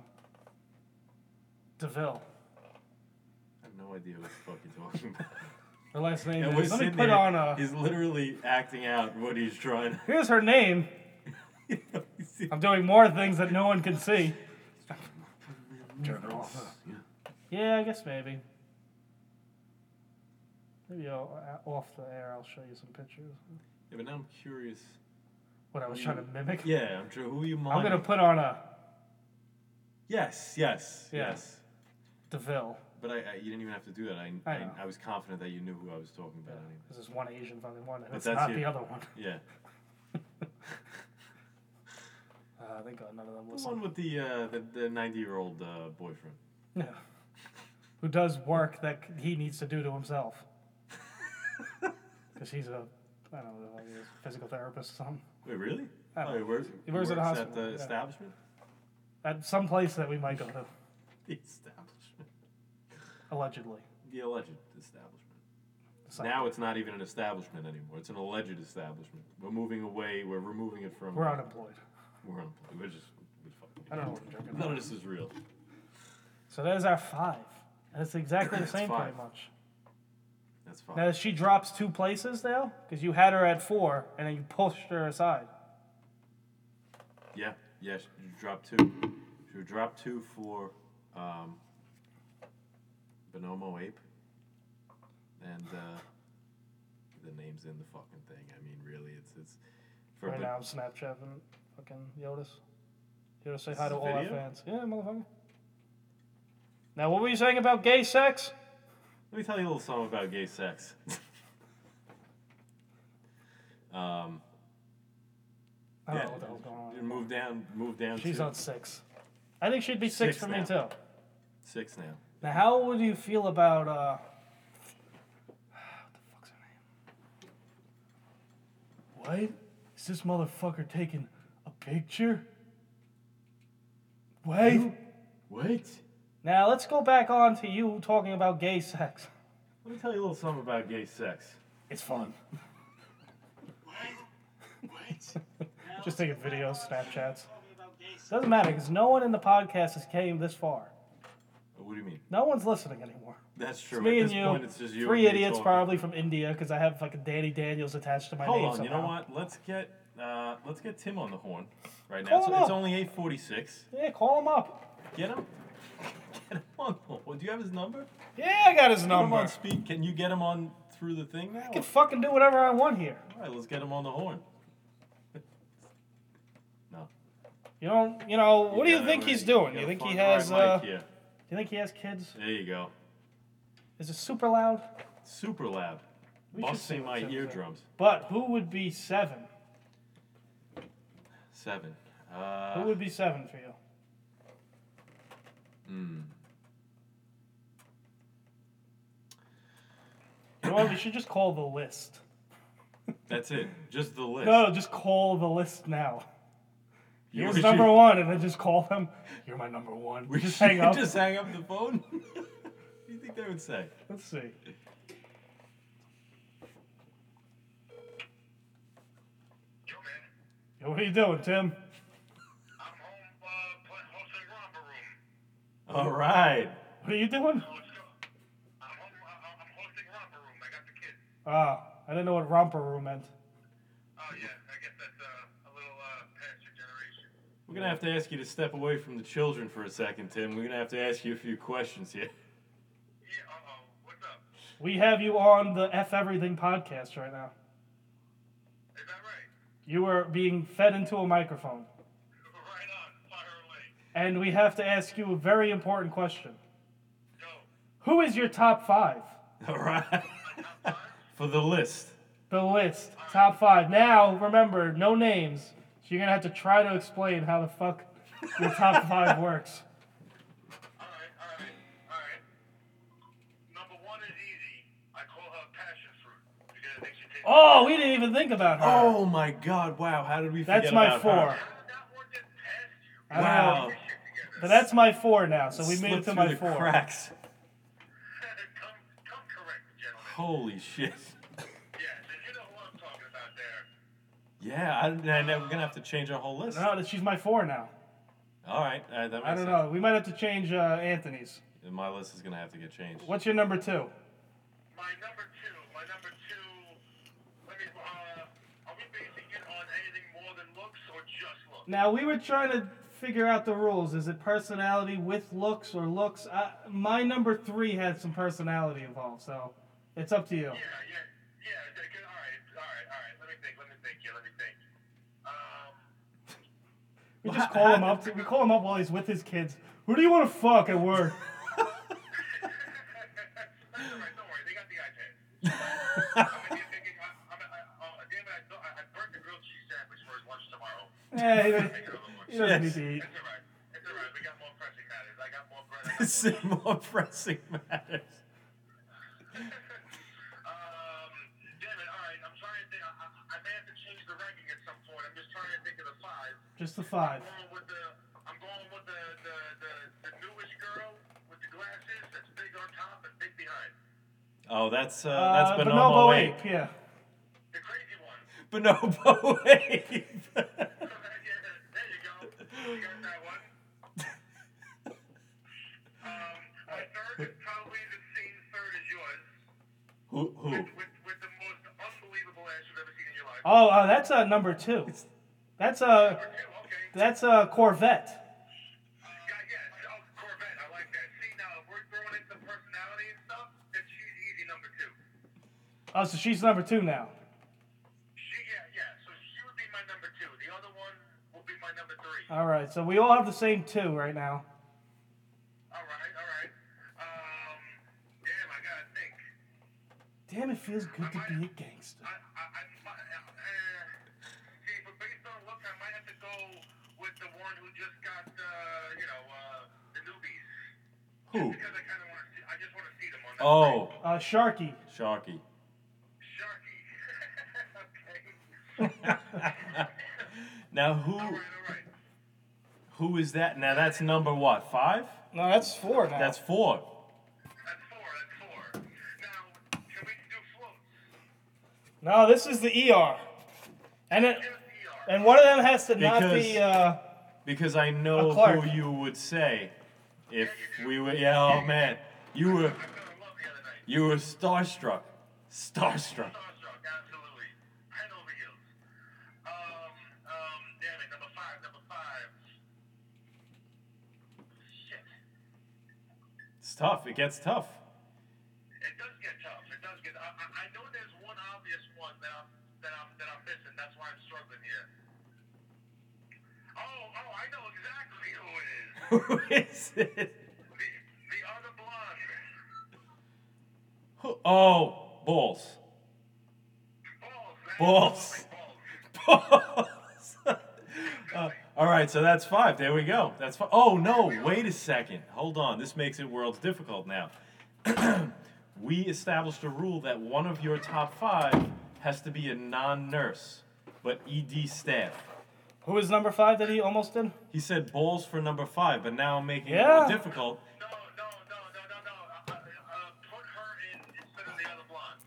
Speaker 1: Deville.
Speaker 2: I have no idea what the fuck you're talking about.
Speaker 1: Her last name
Speaker 2: And we're
Speaker 1: is Let me
Speaker 2: sitting
Speaker 1: put
Speaker 2: there,
Speaker 1: on a
Speaker 2: He's literally acting out what he's trying
Speaker 1: here's her name.
Speaker 2: to.
Speaker 1: I'm doing more things that no one can see. Turn her off.
Speaker 2: Yeah.
Speaker 1: Yeah, I guess maybe. Maybe I'll, uh, off the air I'll show you some pictures.
Speaker 2: Yeah, but now I'm curious.
Speaker 1: What I was trying to mimic.
Speaker 2: Yeah, I'm sure. Who are you miming?
Speaker 1: I'm gonna put on a
Speaker 2: Yes, yes,
Speaker 1: Yeah.
Speaker 2: yes.
Speaker 1: Deville.
Speaker 2: But I, I, you didn't even have to do that. I,
Speaker 1: I
Speaker 2: I,
Speaker 1: know.
Speaker 2: I, was confident that you knew who I was talking about. Anyway.
Speaker 1: This is one Asian fucking one. and It's
Speaker 2: that's
Speaker 1: not
Speaker 2: you.
Speaker 1: the other one.
Speaker 2: Yeah,
Speaker 1: Uh, thank God none of them
Speaker 2: the
Speaker 1: listen.
Speaker 2: one with the uh, the the ninety year old uh, boyfriend.
Speaker 1: Yeah. Who does work that c- he needs to do to himself. Because he's a I don't know. Like a physical therapist or something.
Speaker 2: Wait, really?
Speaker 1: I don't
Speaker 2: Oh, he works,
Speaker 1: He works at a
Speaker 2: at
Speaker 1: hospital,
Speaker 2: the
Speaker 1: yeah.
Speaker 2: establishment?
Speaker 1: At some place that we might go to,
Speaker 2: The establishment.
Speaker 1: allegedly.
Speaker 2: The alleged establishment.
Speaker 1: So
Speaker 2: Now it's not even an establishment anymore. It's an alleged establishment. We're moving away. We're removing it from.
Speaker 1: we're unemployed.
Speaker 2: We're unemployed. We're just. We're fucking
Speaker 1: I don't know what I'm drinking.
Speaker 2: None of this is real.
Speaker 1: So that is our five. That's exactly the
Speaker 2: That's
Speaker 1: same
Speaker 2: five.
Speaker 1: pretty much.
Speaker 2: That's fine.
Speaker 1: Now she drops two places now because you had her at four and then you pushed her aside.
Speaker 2: yeah. Yeah. She dropped two. She would drop two for um, Bonomo Ape. And uh, the name's in the fucking thing. I mean, really, it's. it's for
Speaker 1: Right
Speaker 2: Bon-
Speaker 1: now I'm Snapchatting fucking Yodis. Yodis say hi to
Speaker 2: is
Speaker 1: all our
Speaker 2: video?
Speaker 1: fans. Yeah, motherfucker. Now what were you saying about gay sex?
Speaker 2: Let me tell you a little something about gay sex. um,
Speaker 1: I don't
Speaker 2: yeah,
Speaker 1: know what the hell's going on.
Speaker 2: you move down, move down
Speaker 1: She's
Speaker 2: to
Speaker 1: on six. I think she'd be six,
Speaker 2: Six
Speaker 1: for me
Speaker 2: now.
Speaker 1: too.
Speaker 2: six now.
Speaker 1: Now how would you feel about uh what the fuck's her name? What? Is this motherfucker taking a picture? Wait.
Speaker 2: Wait.
Speaker 1: Now let's go back on to you talking about gay sex.
Speaker 2: Let me tell you a little something about gay sex.
Speaker 3: It's fun.
Speaker 1: Just taking videos, Snapchats. Doesn't matter because no one in the podcast has came this far.
Speaker 2: What do you mean?
Speaker 1: No one's listening anymore.
Speaker 2: That's true.
Speaker 1: It's me
Speaker 2: At
Speaker 1: and
Speaker 2: this
Speaker 1: you,
Speaker 2: point, it's just you.
Speaker 1: three
Speaker 2: and me
Speaker 1: idiots
Speaker 2: talking.
Speaker 1: probably from India because I have fucking Danny Daniels attached to my name.
Speaker 2: Hold on. You
Speaker 1: somehow.
Speaker 2: know what? Let's get uh, let's get Tim on the horn right now.
Speaker 1: Call him
Speaker 2: So it's
Speaker 1: up.
Speaker 2: only eight forty six.
Speaker 1: Yeah, call him up.
Speaker 2: Get him. Get him on the horn. Do you have his number?
Speaker 1: Yeah, I got his
Speaker 2: Get him
Speaker 1: number.
Speaker 2: on speed. Can you get him on through the thing now?
Speaker 1: I can fucking do whatever I want here.
Speaker 2: All right. Let's get him on the horn. no.
Speaker 1: You know, you know. What do you
Speaker 2: gotta
Speaker 1: think
Speaker 2: really-
Speaker 1: he's doing? You
Speaker 2: gotta
Speaker 1: think he
Speaker 2: find the
Speaker 1: has?
Speaker 2: right
Speaker 1: Uh,
Speaker 2: mic
Speaker 1: do
Speaker 2: here.
Speaker 1: you think he has kids?
Speaker 2: There you go.
Speaker 1: Is it super loud?
Speaker 2: Super loud.
Speaker 1: should see
Speaker 2: Busting
Speaker 1: what
Speaker 2: my
Speaker 1: Tim's at.
Speaker 2: eardrums.
Speaker 1: But who would be seven?
Speaker 2: Seven.
Speaker 1: Who
Speaker 2: Uh,
Speaker 1: would be seven for you?
Speaker 2: mm.
Speaker 1: You know what? We should just call the list.
Speaker 2: That's it. Just the list.
Speaker 1: No, just call the list now.
Speaker 2: You
Speaker 1: Here's
Speaker 2: wish
Speaker 1: number
Speaker 2: you-
Speaker 1: one, and then just call them. You're my number one.
Speaker 2: We
Speaker 1: just hang up.
Speaker 2: Just hang up the phone. what do you think they would say?
Speaker 1: Let's see.
Speaker 4: Yo, man.
Speaker 1: Yo, what are you doing, Tim?
Speaker 4: I'm home uh, playing hosting Romper Room.
Speaker 2: All right.
Speaker 1: What are you doing?
Speaker 4: So let's go. I'm home. I- I'm hosting Romper Room. I got the kids.
Speaker 1: Ah, I didn't know what romper room meant.
Speaker 4: Oh yeah, I guess that's uh, a little uh, past your generation.
Speaker 2: We're gonna have to ask you to step away from the children for a second, Tim. We're gonna have to ask you a few questions here.
Speaker 4: Yeah. Uh oh. What's up?
Speaker 1: We have you on the F Everything podcast right now.
Speaker 4: Is that right?
Speaker 1: You are being fed into a microphone.
Speaker 4: right on. Fire away.
Speaker 1: And we have to ask you a very important question.
Speaker 4: Yo.
Speaker 1: Who is your top five?
Speaker 2: All right. for the list.
Speaker 1: The list. Top five. Now, remember, no names. So you're going to have to try to explain how the fuck your top five works.
Speaker 4: All right. All right. All right. Number one is easy. I call her passion fruit because I think she tastes.
Speaker 1: Oh, we didn't even think about her.
Speaker 2: Oh my God! Wow. How did we?
Speaker 1: That's
Speaker 2: forget
Speaker 1: my
Speaker 2: about
Speaker 1: four.
Speaker 2: her?
Speaker 4: How did that one just pass
Speaker 1: I
Speaker 4: you?
Speaker 1: don't
Speaker 2: Wow.
Speaker 1: know.
Speaker 4: Get shit together.
Speaker 1: But that's my four now, so we made
Speaker 2: Slipped
Speaker 1: it to
Speaker 2: through
Speaker 1: my
Speaker 2: the
Speaker 1: four.
Speaker 2: cracks.
Speaker 4: come, come correct, gentlemen.
Speaker 2: Holy shit.
Speaker 4: Yeah. You know who I'm talking about there.
Speaker 2: Yeah, I, I, know we're gonna have to change our whole list.
Speaker 1: No, she's my four now.
Speaker 2: All right, all right, that makes
Speaker 1: I don't
Speaker 2: sense.
Speaker 1: know. We might have to change uh, Anthony's.
Speaker 2: And My list is gonna have to get changed.
Speaker 1: What's your number two?
Speaker 4: My number two, my number two. Let me. Uh, are we basing it on anything more than looks or just looks?
Speaker 1: Now we were trying to figure out the rules. Is it personality with looks or looks? I, my number three had some personality involved, so it's up to you.
Speaker 4: Yeah, yeah, yeah. okay, All right, all right, all right. Let me think. Let me think. Yeah, let me think. Um,
Speaker 1: We just call him up. We call him up while he's with his kids. Who do you want to fuck at work?
Speaker 4: that's all right. Don't worry. They got the iPad. I'm gonna be thinking. I, I'm, I, oh, damn it! I, thought- I, I burnt the grilled cheese sandwich for his lunch tomorrow.
Speaker 1: Eh, he
Speaker 4: Make
Speaker 1: doesn't-
Speaker 4: another one.
Speaker 1: he doesn't need
Speaker 2: Yes.
Speaker 1: to eat.
Speaker 4: It's all right. It's all right. We got more pressing matters. I got more bread. I got more
Speaker 2: This is more pressing matters.
Speaker 4: um, damn it! All right, I'm trying to think. I, I,
Speaker 1: Just the five.
Speaker 4: I'm going with the I'm going with the the, the, the newest girl with the glasses that's big on top and big behind.
Speaker 2: Oh, that's uh,
Speaker 1: Uh,
Speaker 2: that's
Speaker 1: Bonobo
Speaker 2: Bonobo Ape.
Speaker 1: Yeah.
Speaker 4: The crazy one.
Speaker 2: Bonobo Ape.
Speaker 4: yeah, there you go. You got that one. um, my third is probably the same third as yours,
Speaker 2: who? Who?
Speaker 4: with, with, with the most unbelievable ass you've ever seen in your life.
Speaker 1: Oh, uh, that's uh, number two. That's uh,
Speaker 4: Number two, okay.
Speaker 1: that's uh, Corvette.
Speaker 4: Yeah, yeah, oh, Corvette, I like that. See, now, if we're throwing in some personality and stuff, then she's easy number two.
Speaker 1: Oh, so she's number two now.
Speaker 4: She, yeah, yeah, so she would be my number two. The other one will be my number three.
Speaker 1: All right, so we all have the same two right now.
Speaker 4: All right, all right. Um, damn, I gotta think.
Speaker 1: Damn, it feels good to be a gangster.
Speaker 4: I, I, I, I uh, see, but based on look, I might have to go with the one who just got, uh, you know, uh, the newbies.
Speaker 2: Who?
Speaker 4: Because I kind of want to see, I just want to see them on that.
Speaker 2: Oh,
Speaker 1: Uh, Sharky.
Speaker 2: Sharky.
Speaker 4: Sharky. okay.
Speaker 2: now who?
Speaker 4: All right, all right.
Speaker 2: Who is that? Now that's number what? Five?
Speaker 1: No, that's four now.
Speaker 2: That's four.
Speaker 4: That's four, that's four. Now, can we do floats?
Speaker 1: no, this is the ER, and it,
Speaker 4: Just ER.
Speaker 1: and one of them has to not
Speaker 2: Because-
Speaker 1: be. Uh,
Speaker 2: Because I know
Speaker 1: A clerk.
Speaker 2: who you would say if we were. Yeah. Oh man, you were
Speaker 4: I fell in love the other night.
Speaker 2: you were starstruck. Starstruck.
Speaker 4: Starstruck, absolutely. Head over heels. Um, um, damn it, number five, number five. Shit.
Speaker 2: It's tough. It gets tough.
Speaker 4: It does get tough. It does get. I, I, I know there's one obvious one that I'm that I'm that I'm missing. That's why I'm struggling here. Oh, oh, I know exactly who it is.
Speaker 2: who is it?
Speaker 4: The the other blonde.
Speaker 2: Who- Oh, balls.
Speaker 4: Balls. man.
Speaker 2: Balls.
Speaker 4: Balls.
Speaker 2: Balls. Uh, all right, so that's five. There we go. That's five. Oh no! Wait a second. Hold on. This makes it worlds difficult now. we established a rule that one of your top five has to be a non-nurse, but ED staff.
Speaker 1: who is number five that he almost did?
Speaker 2: He said balls for number five, but now I'm making it
Speaker 1: Yeah.
Speaker 2: more difficult.
Speaker 4: No, no, no, no, no, no. Uh, uh, uh, put her in instead of the other blonde.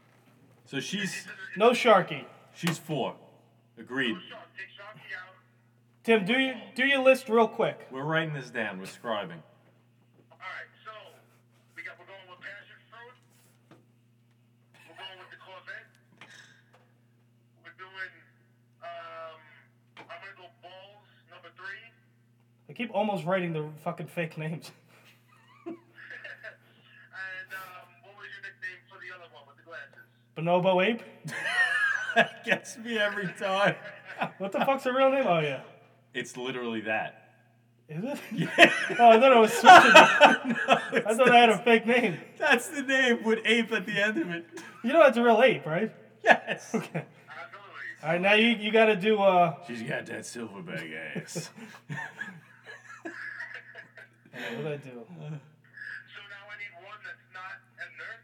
Speaker 2: So she's
Speaker 1: No Sharky.
Speaker 2: she's four. Agreed.
Speaker 4: Shark, take Sharky out.
Speaker 1: Tim, do you do your list real quick?
Speaker 2: We're writing this down. We're scribing.
Speaker 4: All right, so we got we're going with passion fruit. We're going with the Corvette. We're doing. Um, I'm gonna go balls number three.
Speaker 1: I keep almost writing the fucking fake names.
Speaker 4: and um, what was your nickname for the other one with the glasses?
Speaker 1: Bonobo Ape.
Speaker 2: Gets me every time.
Speaker 1: What the fuck's her real name? Oh yeah.
Speaker 2: It's literally that.
Speaker 1: Is it? Oh, I thought I was switching. I thought I had a fake name.
Speaker 2: That's the name with ape at the end of it.
Speaker 1: You know that's a real ape, right?
Speaker 2: Yes.
Speaker 4: Absolutely.
Speaker 1: All right, now you, you got to do uh.
Speaker 2: She's got that silver bag ass.
Speaker 1: What did I do?
Speaker 4: So now I need one that's not a nurse.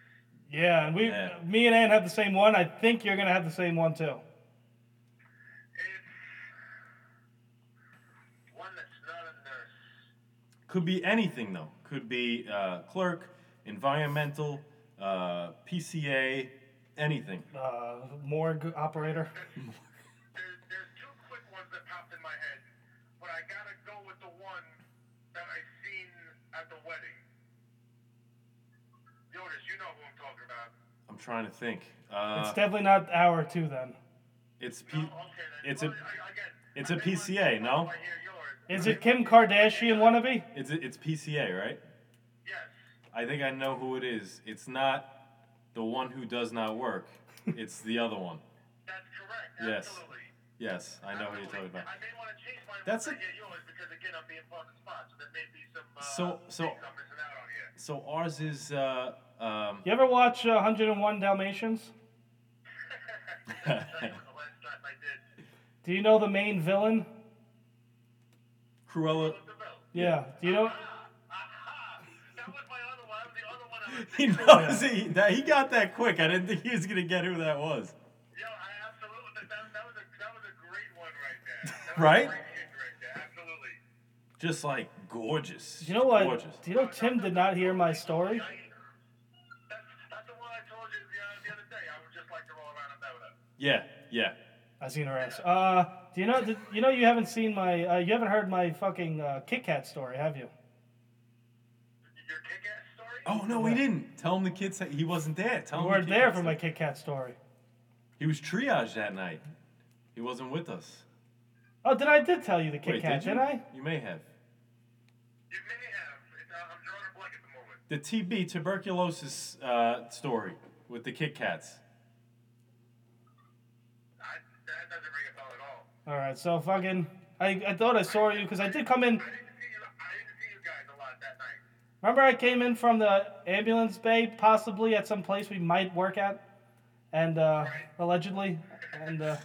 Speaker 1: Yeah, and we,
Speaker 2: Yeah.
Speaker 1: me and Ann have the same one. I think you're gonna have the same one too.
Speaker 4: It's one that's not a nurse.
Speaker 2: Could be anything though. Could be uh, clerk, environmental, uh, PCA, anything.
Speaker 1: Uh, morgue operator.
Speaker 4: There's, there's two quick ones that popped in my head, but I gotta go with the one that I seen at the wedding. Jonas, you know who I'm talking about.
Speaker 2: I'm trying to think. Uh,
Speaker 1: it's definitely not our two then.
Speaker 2: it's P-
Speaker 4: No, Oh, okay, then.
Speaker 2: it's a-
Speaker 4: Well, I- I get-
Speaker 2: it's
Speaker 4: I
Speaker 2: a
Speaker 4: get my-
Speaker 2: PCA, no?
Speaker 4: I hear yours.
Speaker 1: Is it Kim Kardashian wannabe?
Speaker 2: it's it's PCA, right?
Speaker 4: Yes.
Speaker 2: I think I know who it is. It's not the one who does not work. It's the other one.
Speaker 4: That's correct.
Speaker 2: Yes.
Speaker 4: Absolutely.
Speaker 2: Yes, I know who you're talking about.
Speaker 4: I may want to change my
Speaker 2: That's
Speaker 4: one
Speaker 2: a-
Speaker 4: to get yours because again I'm being put on the spot, so there may be some uh,
Speaker 2: So- so-
Speaker 4: things I'm missing out on here.
Speaker 2: So ours is uh, um,
Speaker 1: You ever watch uh, 101 Dalmatians?
Speaker 4: That's the last time I did.
Speaker 1: Do you know the main villain?
Speaker 2: Cruella.
Speaker 4: What's the bill?
Speaker 1: Yeah. Do you know?
Speaker 4: Aha! That was my other one. That was the other one I
Speaker 2: He
Speaker 4: was
Speaker 2: knows
Speaker 4: thinking.
Speaker 2: he, that he got that quick. I didn't think he was gonna get who that was.
Speaker 4: Yo, I absolutely that, that was a that was a great one right there. That was
Speaker 2: Right?
Speaker 4: A great hit right there.
Speaker 2: Just like gorgeous.
Speaker 1: You know what?
Speaker 2: Gorgeous.
Speaker 1: Do you know Tim did not hear my story?
Speaker 4: That's, that's the one I told you the, uh, the other day. I would just like to roll around in bed with her.
Speaker 2: Yeah, yeah.
Speaker 1: I seen her ass. Uh, do you know? Did, you know you haven't seen my. Uh, you haven't heard my fucking uh, Kit Kat story, have you?
Speaker 4: Your kick-ass story?
Speaker 2: Oh no, we didn't. Tell him the kids that he wasn't there. Tell
Speaker 1: You
Speaker 2: him
Speaker 1: weren't
Speaker 2: the
Speaker 1: there
Speaker 2: kids
Speaker 1: for
Speaker 2: that-
Speaker 1: my Kit Kat story.
Speaker 2: He was triaged that night. He wasn't with us.
Speaker 1: Oh, did I did tell you the Kit
Speaker 2: Wait,
Speaker 1: Kat?
Speaker 2: did you?
Speaker 1: Did not I?
Speaker 2: You may have.
Speaker 4: You may have. It's, uh, I'm drawing a blank at the moment.
Speaker 2: The TB tuberculosis uh, story with the Kit Kats.
Speaker 4: I, that doesn't ring a bell at all.
Speaker 1: All right, so fucking. I, I thought I saw you because I did come in.
Speaker 4: I didn't see you. I didn't see you guys a lot that night.
Speaker 1: Remember, I came in from the ambulance bay, possibly at some place we might work at, and uh, allegedly, and uh,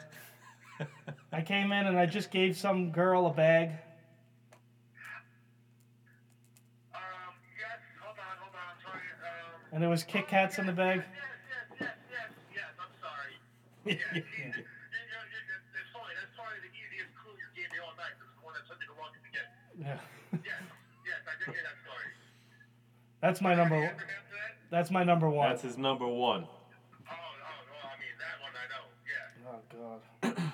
Speaker 1: I came in and I just gave some girl a bag.
Speaker 4: Um, yes. Hold on. Hold on. I'm sorry. Um,
Speaker 1: And there was Kit Kats in the bag.
Speaker 4: Yes. Yes. Yes. Yes. Yes. I'm sorry. Yeah. you- you- you- you- you- It's funny. That's probably the easiest clue you gave me all night. This is the one that took me the longest to get.
Speaker 1: Yeah,
Speaker 4: Yes. Yes. I did hear that story.
Speaker 1: that's my number.
Speaker 4: After that.
Speaker 1: That's my number one.
Speaker 2: That's his number one.
Speaker 4: Oh, oh, well, I mean, that one I know,
Speaker 1: Oh
Speaker 4: yeah.
Speaker 1: God,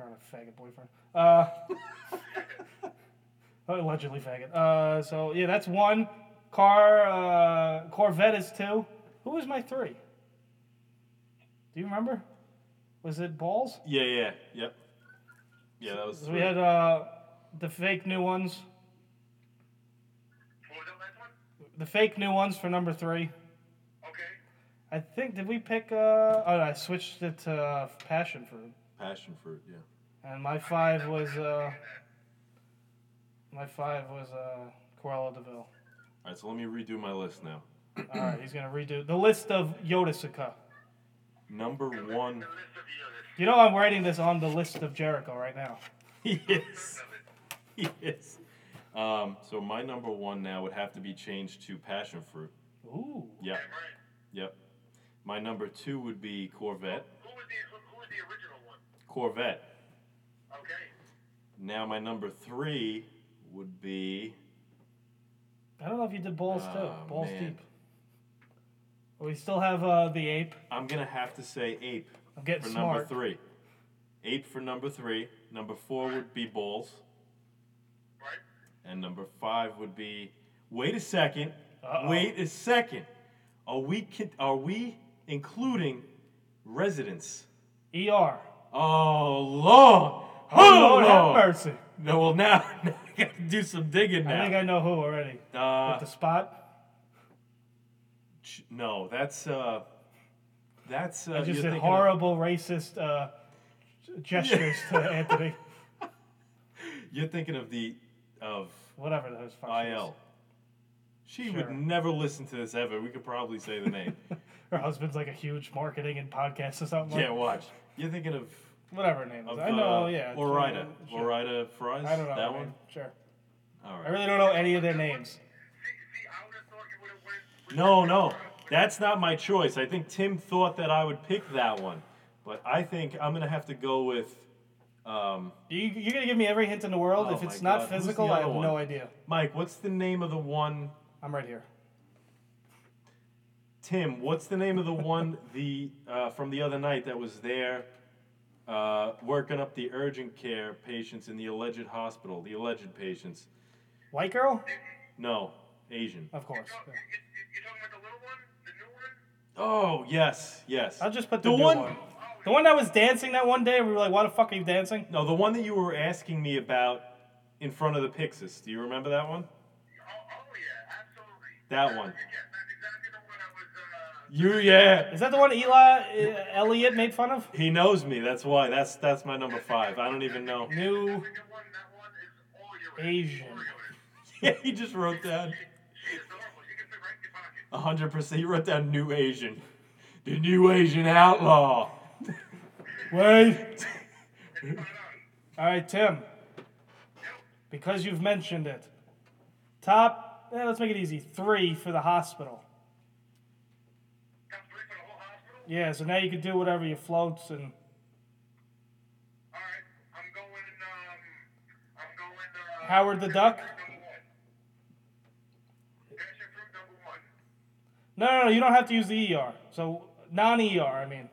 Speaker 1: her and a faggot boyfriend. Uh, oh, allegedly faggot. Uh, so yeah, that's one. Car uh, Corvette is two. Who was my three? Do you remember? Was it balls?
Speaker 2: Yeah, yeah, yep. Yeah, that was.
Speaker 1: So we had uh, the fake new ones.
Speaker 4: What was that last one?
Speaker 1: The fake new ones for number three.
Speaker 4: Okay.
Speaker 1: I think did we pick? Uh, oh, no, I switched it to uh, passion fruit.
Speaker 2: passion fruit. Yeah.
Speaker 1: And my five was uh, my five was uh, Corella Deville.
Speaker 2: All right, so let me redo my list now.
Speaker 1: All right, he's gonna redo the list of Yodasuka.
Speaker 2: Number one.
Speaker 4: The list of the others.
Speaker 1: You know I'm writing this on the list of Jericho right now.
Speaker 2: yes, yes. Um, so my number one now would have to be changed to passion fruit.
Speaker 1: Ooh.
Speaker 2: Yep,
Speaker 4: Damn right.
Speaker 2: yep. My number two would be Corvette.
Speaker 4: Who was the who, who was the original one?
Speaker 2: Corvette.
Speaker 4: Okay.
Speaker 2: Now my number three would be.
Speaker 1: I don't know if you did balls
Speaker 2: Oh,
Speaker 1: too. Balls
Speaker 2: man.
Speaker 1: deep. We still have uh, the ape.
Speaker 2: I'm gonna have to say ape
Speaker 1: I'm getting
Speaker 2: for number
Speaker 1: smart.
Speaker 2: three. Ape for number three. Number four would be balls,
Speaker 4: Right.
Speaker 2: and number five would be. Wait a 2nd
Speaker 1: Uh-oh.
Speaker 2: Wait a second. Are we con- are we including residents?
Speaker 1: ER.
Speaker 2: Oh Lord! Oh,
Speaker 1: Lord have
Speaker 2: Lord.
Speaker 1: mercy.
Speaker 2: No, well now, now I got to do some digging
Speaker 1: I
Speaker 2: now.
Speaker 1: think I know who already.
Speaker 2: Uh,
Speaker 1: With the spot.
Speaker 2: Ch- No, that's uh, that's uh.
Speaker 1: I just
Speaker 2: you're
Speaker 1: did
Speaker 2: thinking of-
Speaker 1: horrible racist uh, gestures to Anthony.
Speaker 2: you're thinking of the of
Speaker 1: Whatever those fucking.
Speaker 2: IL. She
Speaker 1: Sure.
Speaker 2: would never listen to this ever. We could probably say the name.
Speaker 1: Her husband's like a huge marketing and podcast or something.
Speaker 2: yeah,
Speaker 1: like-
Speaker 2: watch. You're thinking of,
Speaker 1: Whatever her name is.
Speaker 2: of
Speaker 1: I know.
Speaker 2: uh,
Speaker 1: yeah.
Speaker 2: Orida,
Speaker 1: Sure.
Speaker 2: Orida Fries.
Speaker 1: I don't know.
Speaker 2: that
Speaker 1: I mean,
Speaker 2: one.
Speaker 1: Sure.
Speaker 2: All
Speaker 1: I
Speaker 2: right.
Speaker 1: really don't know any of their names.
Speaker 4: See, see, I would have thought you would have went. with
Speaker 2: No,
Speaker 4: your-
Speaker 2: no, that's not my choice. I think Tim thought that I would pick that one, but I think I'm gonna have to go with um,
Speaker 1: You, you're gonna give me every hint in the world.
Speaker 2: Oh
Speaker 1: if it's
Speaker 2: my
Speaker 1: not
Speaker 2: God, who's the
Speaker 1: physical, I
Speaker 2: other
Speaker 1: have
Speaker 2: one?
Speaker 1: no idea.
Speaker 2: Mike. What's the name of the one?
Speaker 1: I'm right here.
Speaker 2: Tim, what's the name of the one the uh, from the other night that was there uh, working up the urgent care patients in the alleged hospital? The alleged patients.
Speaker 1: White girl,
Speaker 2: No, Asian.
Speaker 1: of course.
Speaker 4: No, you, you, you- you talking about the little one, the new one?
Speaker 2: Oh yes, yes.
Speaker 1: I'll just put the,
Speaker 2: the
Speaker 1: new
Speaker 2: one.
Speaker 1: one. The one that was dancing that one day, and we were like, "Why the fuck are you dancing?"
Speaker 2: No, the one that you were asking me about in front of the Pixis. Do you remember that one?
Speaker 4: Oh, oh yeah, absolutely.
Speaker 2: That one.
Speaker 4: Yes, that's exactly the one I was. Uh,
Speaker 2: You yeah.
Speaker 1: Is that the one Eli uh, Elliot made fun of?
Speaker 2: He knows me. That's why. That's that's my number five. I don't even know.
Speaker 1: New
Speaker 4: the one, that one is all yours.
Speaker 1: Asian.
Speaker 4: All yours.
Speaker 2: Yeah, he just wrote down
Speaker 4: She is adorable. She can fit right in your pocket.
Speaker 2: hundred percent. He wrote down new Asian, the new Asian outlaw.
Speaker 1: Wait.
Speaker 4: It's spot on.
Speaker 1: All right, Tim. Because you've mentioned it, top. eh, let's make it easy. Three for the hospital.
Speaker 4: Top three for the whole hospital.
Speaker 1: Yeah. So now you can do whatever your floats and.
Speaker 4: All right, I'm going. Um, I'm going. Uh,
Speaker 1: Howard the Duck?
Speaker 4: I'm
Speaker 1: No, no, no. You don't have to use the ER. So non ER. I mean,
Speaker 4: All right.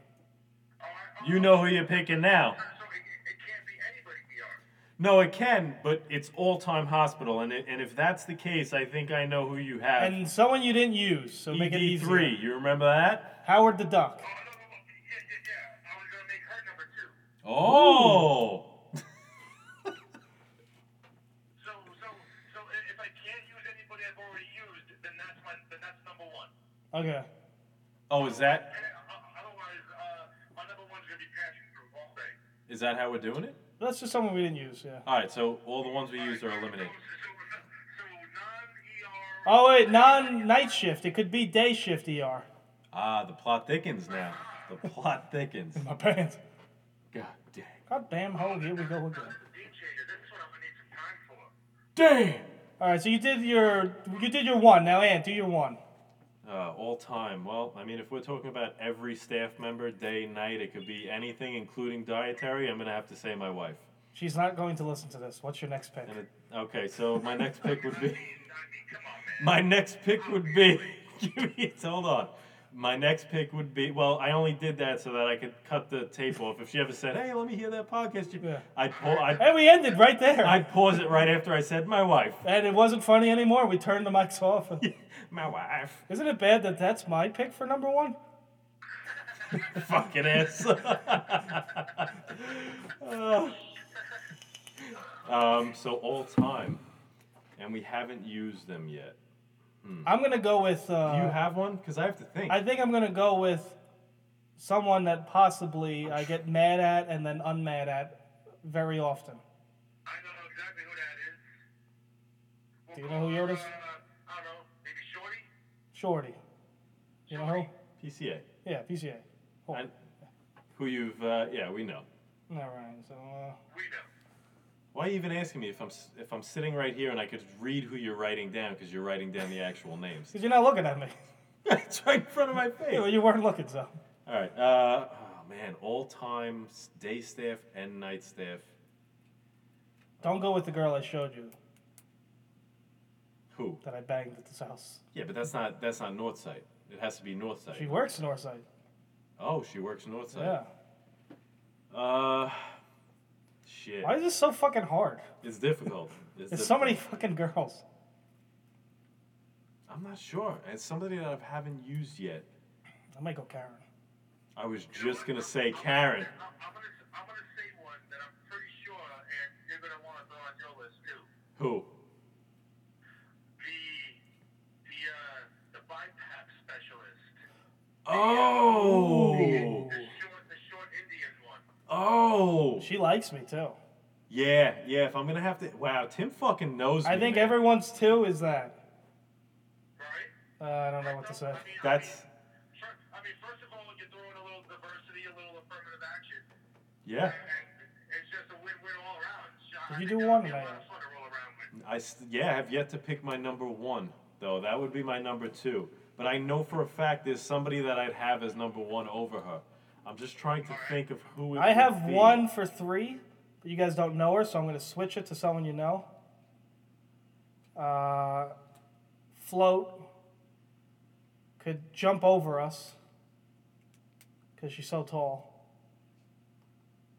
Speaker 4: Oh,
Speaker 2: You know who you're picking now.
Speaker 4: So it, it it can't be anybody ER.
Speaker 2: No, it can, but it's all time hospital, and it, and if that's the case, I think I know who you have.
Speaker 1: and someone you didn't use. So make it
Speaker 2: ED
Speaker 1: easy.
Speaker 2: E three. You remember that?
Speaker 1: Howard the Duck.
Speaker 4: Oh, no, no, no. Yeah, yeah, yeah. I was going to make her number two.
Speaker 2: Oh.
Speaker 4: So, so, so i- if I can't use anybody I've already used, then that's my, then that's number one.
Speaker 1: Okay.
Speaker 2: Oh, is that
Speaker 4: And, uh, otherwise, uh, my number one's going to be passing through all day.
Speaker 2: is that how we're doing it?
Speaker 1: That's just someone we didn't use. Yeah.
Speaker 2: All right. So all the ones we used are
Speaker 4: So,
Speaker 2: eliminated.
Speaker 4: so, so non-ER.
Speaker 1: Oh wait, non night shift. It could be day shift ER.
Speaker 2: Ah, the plot thickens now. The plot thickens.
Speaker 1: My pants.
Speaker 2: God dang.
Speaker 1: God damn ho, here we go again.
Speaker 4: Game changer. This is what I'm going to need some time for.
Speaker 2: Damn.
Speaker 1: Alright, so you did your you did your one. Now Ant, do your one.
Speaker 2: Uh, all time. Well, I mean, if we're talking about every staff member, day, night, it could be anything, including dietary. I'm gonna have to say my wife.
Speaker 1: She's not going to listen to this. What's your next pick?
Speaker 2: And it, okay, so my next pick would be.
Speaker 4: I mean, come on, man.
Speaker 2: My next pick would be. give me- hold on. My next pick would be. Well, I only did that so that I could cut the tape off. If she ever said, "Hey, let me hear that podcast," you,
Speaker 1: Yeah.
Speaker 2: I'd, pull, I'd,
Speaker 1: Hey, we ended right there.
Speaker 2: I'd pause it right after I said, "My wife."
Speaker 1: and it wasn't funny anymore. We turned the mics off.
Speaker 2: My wife.
Speaker 1: Isn't it bad that that's my pick for number one?
Speaker 2: Fucking ass. Uh, um, so all time, and we haven't used them yet.
Speaker 1: I'm gonna go with. Uh,
Speaker 2: Do Hmm. you have one? Because I have to think.
Speaker 1: I think I'm gonna go with someone that possibly I get mad at and then unmad at very often.
Speaker 4: I don't know exactly who that is. We'll
Speaker 1: Do you know who
Speaker 4: call her,
Speaker 1: Yoda's?
Speaker 4: Uh, I don't know. Maybe Shorty.
Speaker 1: Shorty. You know who?
Speaker 2: PCA.
Speaker 1: Yeah, PCA. Oh,
Speaker 2: I, who you've? Uh, yeah, we know.
Speaker 1: All right. So. Uh,
Speaker 4: We know.
Speaker 2: Why are you even asking me if I'm s- if I'm sitting right here and I could read who you're writing down because you're writing down the actual names?
Speaker 1: Because you're not looking at me.
Speaker 2: it's right in front of my
Speaker 1: You
Speaker 2: face.
Speaker 1: you weren't looking, so.
Speaker 2: All right. Uh, oh man, all time s- day staff and night staff.
Speaker 1: Don't go with the girl I showed you
Speaker 2: Who?
Speaker 1: that I banged at this house.
Speaker 2: Yeah, but that's not that's not north side. It has to be north side.
Speaker 1: She works in Northside.
Speaker 2: oh, she works north
Speaker 1: Yeah.
Speaker 2: side. Yeah. Uh, shit.
Speaker 1: Why is this so fucking hard?
Speaker 2: It's difficult. It's
Speaker 1: There's so many
Speaker 2: difficult.
Speaker 1: fucking girls.
Speaker 2: I'm not sure. It's somebody that I haven't used yet.
Speaker 1: I might go Karen.
Speaker 2: I was just gonna say Karen.
Speaker 4: I'm, I'm gonna I'm gonna say one that I'm pretty sure, and you're gonna want to throw on your list too.
Speaker 2: Who?
Speaker 4: The the uh, the BiPAP specialist,
Speaker 2: Oh.
Speaker 4: the short the short Indian one.
Speaker 2: Oh.
Speaker 1: She likes me too.
Speaker 2: Yeah, yeah. If I'm gonna have to, wow, Tim fucking knows.
Speaker 1: I
Speaker 2: me,
Speaker 1: think
Speaker 2: man.
Speaker 1: everyone's two is that.
Speaker 4: Right?
Speaker 1: Uh, I don't know what to
Speaker 4: So,
Speaker 1: say.
Speaker 4: I mean,
Speaker 2: That's
Speaker 4: I mean, fir- I mean, first of all, you're throwing a little diversity, a little affirmative action,
Speaker 2: yeah.
Speaker 4: and it's just a win-win all around. So I
Speaker 1: Did you
Speaker 4: think
Speaker 1: do
Speaker 4: that
Speaker 1: one
Speaker 4: would be a
Speaker 1: tonight?
Speaker 4: lot of fun to roll around with.
Speaker 2: I st- yeah. I have yet to pick my number one though. That would be my number two. But I know for a fact there's somebody that I'd have as number one over her. I'm just trying to think of who. It
Speaker 1: I
Speaker 2: would
Speaker 1: have
Speaker 2: be.
Speaker 1: one for three, but you guys don't know her, so I'm going to switch it to someone you know. Uh, float could jump over us because she's so tall.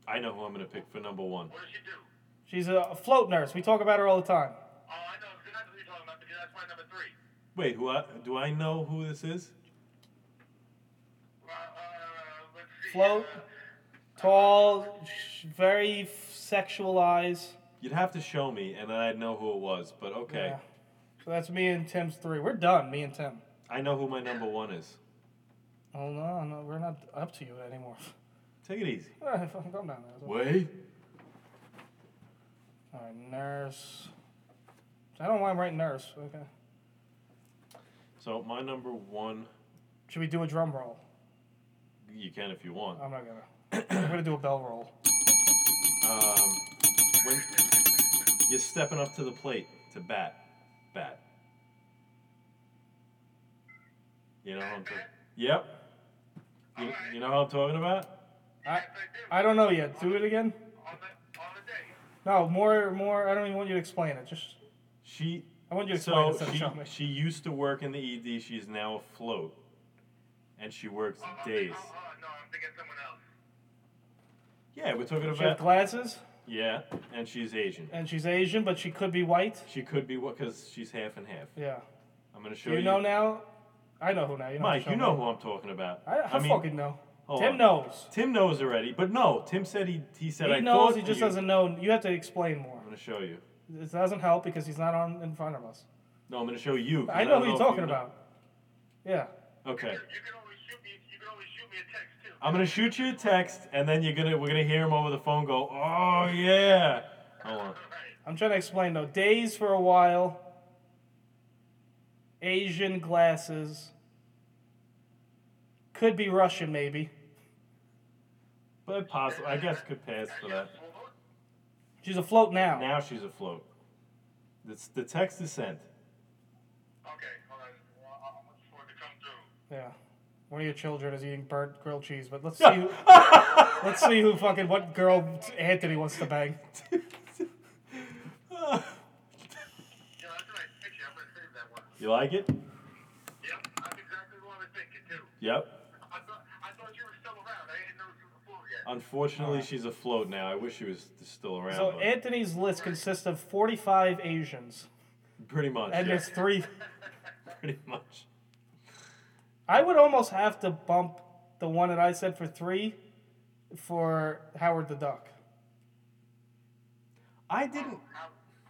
Speaker 2: I know who I'm gonna pick for number one.
Speaker 4: What does she do?
Speaker 1: She's a float nurse. We talk about her all the time.
Speaker 4: Oh, I know exactly what you're talking about because that's my number three.
Speaker 2: Wait, who? I, do I know who this is?
Speaker 4: Uh, uh, let's see.
Speaker 1: Float,
Speaker 4: Uh,
Speaker 1: tall, sh- very f- sexual eyes.
Speaker 2: You'd have to show me, and then I'd know who it was. But okay,
Speaker 1: Yeah. So that's me and Tim's three. We're done, me and Tim.
Speaker 2: I know who my number one is.
Speaker 1: Oh no, no, we're not up to you anymore.
Speaker 2: Take it easy.
Speaker 1: All right, fucking calm down. That's all.
Speaker 2: Wait.
Speaker 1: All right, nurse. I don't know why I'm writing nurse. Okay.
Speaker 2: So my number one,
Speaker 1: Should we do a drum roll?
Speaker 2: you can if you want.
Speaker 1: I'm not gonna. I'm gonna do a bell roll.
Speaker 2: Um, when you're stepping up to the plate to bat, bat. You know what I'm talking. Yep. You, you know what I'm talking about?
Speaker 1: I,
Speaker 4: yes, I do.
Speaker 1: I don't know yet. Do it again.
Speaker 4: on the on the day.
Speaker 1: No, more, more. I don't even want you to explain it. Just
Speaker 2: She
Speaker 1: I want you to explain
Speaker 2: So
Speaker 1: this.
Speaker 2: she,
Speaker 1: Show me.
Speaker 2: she used to work in the ED. She is now afloat, and she works
Speaker 4: Oh, I'm
Speaker 2: days.
Speaker 4: thinking- oh, oh, no, I'm thinking someone else.
Speaker 2: Yeah, we're talking
Speaker 1: She has
Speaker 2: about
Speaker 1: glasses,
Speaker 2: yeah, and she's Asian.
Speaker 1: and she's Asian, but she could be white.
Speaker 2: She could be what? Because she's half and half.
Speaker 1: Yeah.
Speaker 2: I'm gonna show
Speaker 1: Do
Speaker 2: you.
Speaker 1: you know now? I know who now. You know
Speaker 2: Mike, you know who I'm talking about.
Speaker 1: I, I, fucking know.
Speaker 2: hold
Speaker 1: Tim
Speaker 2: on.
Speaker 1: knows.
Speaker 2: Tim knows already, but no, Tim said he he said
Speaker 1: He
Speaker 2: I
Speaker 1: knows.
Speaker 2: thought
Speaker 1: He just
Speaker 2: you.
Speaker 1: doesn't know. You have to explain more.
Speaker 2: I'm gonna show you.
Speaker 1: It doesn't help because he's not on in front of us.
Speaker 2: No, I'm gonna show you. 'cause
Speaker 1: I know
Speaker 2: don't
Speaker 1: who you're
Speaker 2: if you
Speaker 1: talking
Speaker 2: know-
Speaker 1: about. Yeah.
Speaker 2: Okay,
Speaker 4: You, you can always shoot me. You can always shoot me a text too.
Speaker 2: I'm gonna shoot you a text, and then you're gonna we're gonna hear him over the phone go, oh yeah. Hold on.
Speaker 4: Alright.
Speaker 1: I'm trying to explain though. Days for a while. Asian glasses. Could be Russian, maybe.
Speaker 2: But possible, I guess could pass for that.
Speaker 4: Well,
Speaker 1: She's afloat now.
Speaker 2: Now she's afloat. It's, the text is sent.
Speaker 4: Okay, hold on. Well, I'm looking for it to come through.
Speaker 1: Yeah. One of your children is eating burnt grilled cheese, but let's see. Who, let's see who fucking what girl Anthony wants to bang.
Speaker 4: Yeah, that's the right picture. I'm gonna save that one.
Speaker 2: You like it?
Speaker 4: Yep, that's exactly what I was thinking too.
Speaker 2: Yep.
Speaker 4: I thought I thought you were still around. I didn't know you were full yet.
Speaker 2: Unfortunately, she's afloat now. I wish she was still around.
Speaker 1: So
Speaker 2: but
Speaker 1: Anthony's list consists of 45 Asians,
Speaker 2: pretty much.
Speaker 1: and
Speaker 2: yeah,
Speaker 1: there's three.
Speaker 2: pretty much.
Speaker 1: I would almost have to bump the one that I said for three, for Howard the Duck.
Speaker 2: I didn't.
Speaker 4: How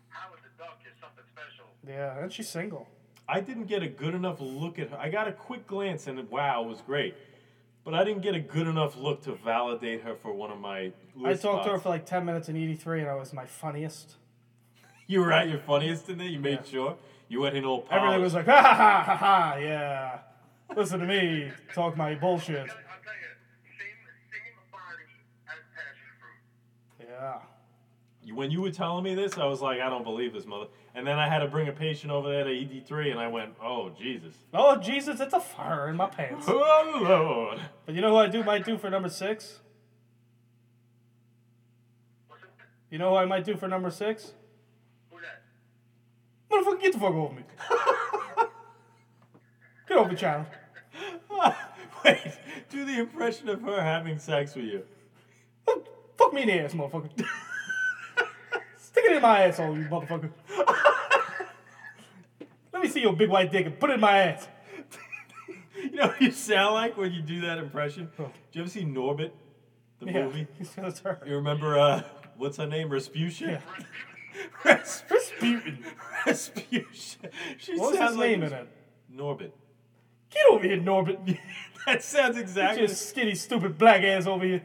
Speaker 4: how is the duck is something special?
Speaker 1: Yeah, and she's single.
Speaker 2: I didn't get a good enough look at her. I got a quick glance, and wow, it was great. But I didn't get a good enough look to validate her for one of my.
Speaker 1: I
Speaker 2: List
Speaker 1: talked to her
Speaker 2: spots.
Speaker 1: for like 10 minutes in 83, and I was my funniest.
Speaker 2: You were at your funniest in there. You made sure you went in all polished.
Speaker 1: Everything was like, ha ha ha ha ha, yeah. Listen to me talk my bullshit.
Speaker 4: I'll tell you, same same body as passion fruit.
Speaker 1: Yeah.
Speaker 2: when you were telling me this, I was like, I don't believe this mother. And then I had to bring a patient over there to ED3, and I went, Oh Jesus,
Speaker 1: Oh, Jesus, it's a fire in my pants.
Speaker 2: oh Lord.
Speaker 1: But you know who I do might do for number six?
Speaker 4: What's it?
Speaker 1: You know who I might do for number six?
Speaker 4: Who that?
Speaker 1: Motherfucker, get the fuck over me. get over, child.
Speaker 2: Wait, do the impression of her having sex with you.
Speaker 1: Fuck, fuck me in the ass, motherfucker. Stick it in my asshole, you motherfucker. Let me see your big white dick and put it in my ass.
Speaker 2: You know what you sound like when you do that impression?
Speaker 1: Oh.
Speaker 2: Do you ever see Norbit, the
Speaker 1: Yeah,
Speaker 2: movie?
Speaker 1: that's her.
Speaker 2: You remember uh, what's her name? Resputia.
Speaker 1: Yeah.
Speaker 2: Resp-
Speaker 1: Rasputin.
Speaker 2: Resputia. She
Speaker 1: What was
Speaker 2: sounds
Speaker 1: his
Speaker 2: like
Speaker 1: name in it?
Speaker 2: Norbit.
Speaker 1: Get over here, Norbert.
Speaker 2: That sounds
Speaker 1: Get
Speaker 2: exactly.
Speaker 1: your skinny, stupid black ass over here.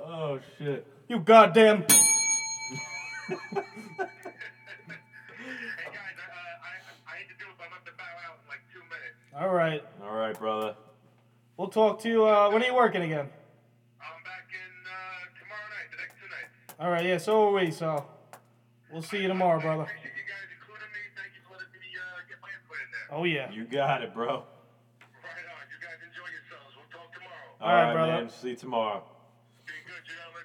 Speaker 2: Oh shit.
Speaker 1: You goddamn.
Speaker 4: Hey guys, I uh, I I need to do it, but I'm about to bow out in like two minutes.
Speaker 1: All right.
Speaker 2: All right, brother.
Speaker 1: We'll talk to you. Uh, when are you working again?
Speaker 4: I'm back in uh, tomorrow night, the next two nights.
Speaker 1: All right. Yeah, so are we. So we'll see you tomorrow, brother.
Speaker 4: Appreciate you guys including me. Thank you for letting me uh, get my input in there.
Speaker 1: Oh, yeah.
Speaker 2: You got it, bro.
Speaker 4: Right on. You guys enjoy yourselves. We'll talk tomorrow.
Speaker 2: All
Speaker 1: right,
Speaker 2: right,
Speaker 1: brother.
Speaker 2: man. See you tomorrow.
Speaker 4: Be good, gentlemen.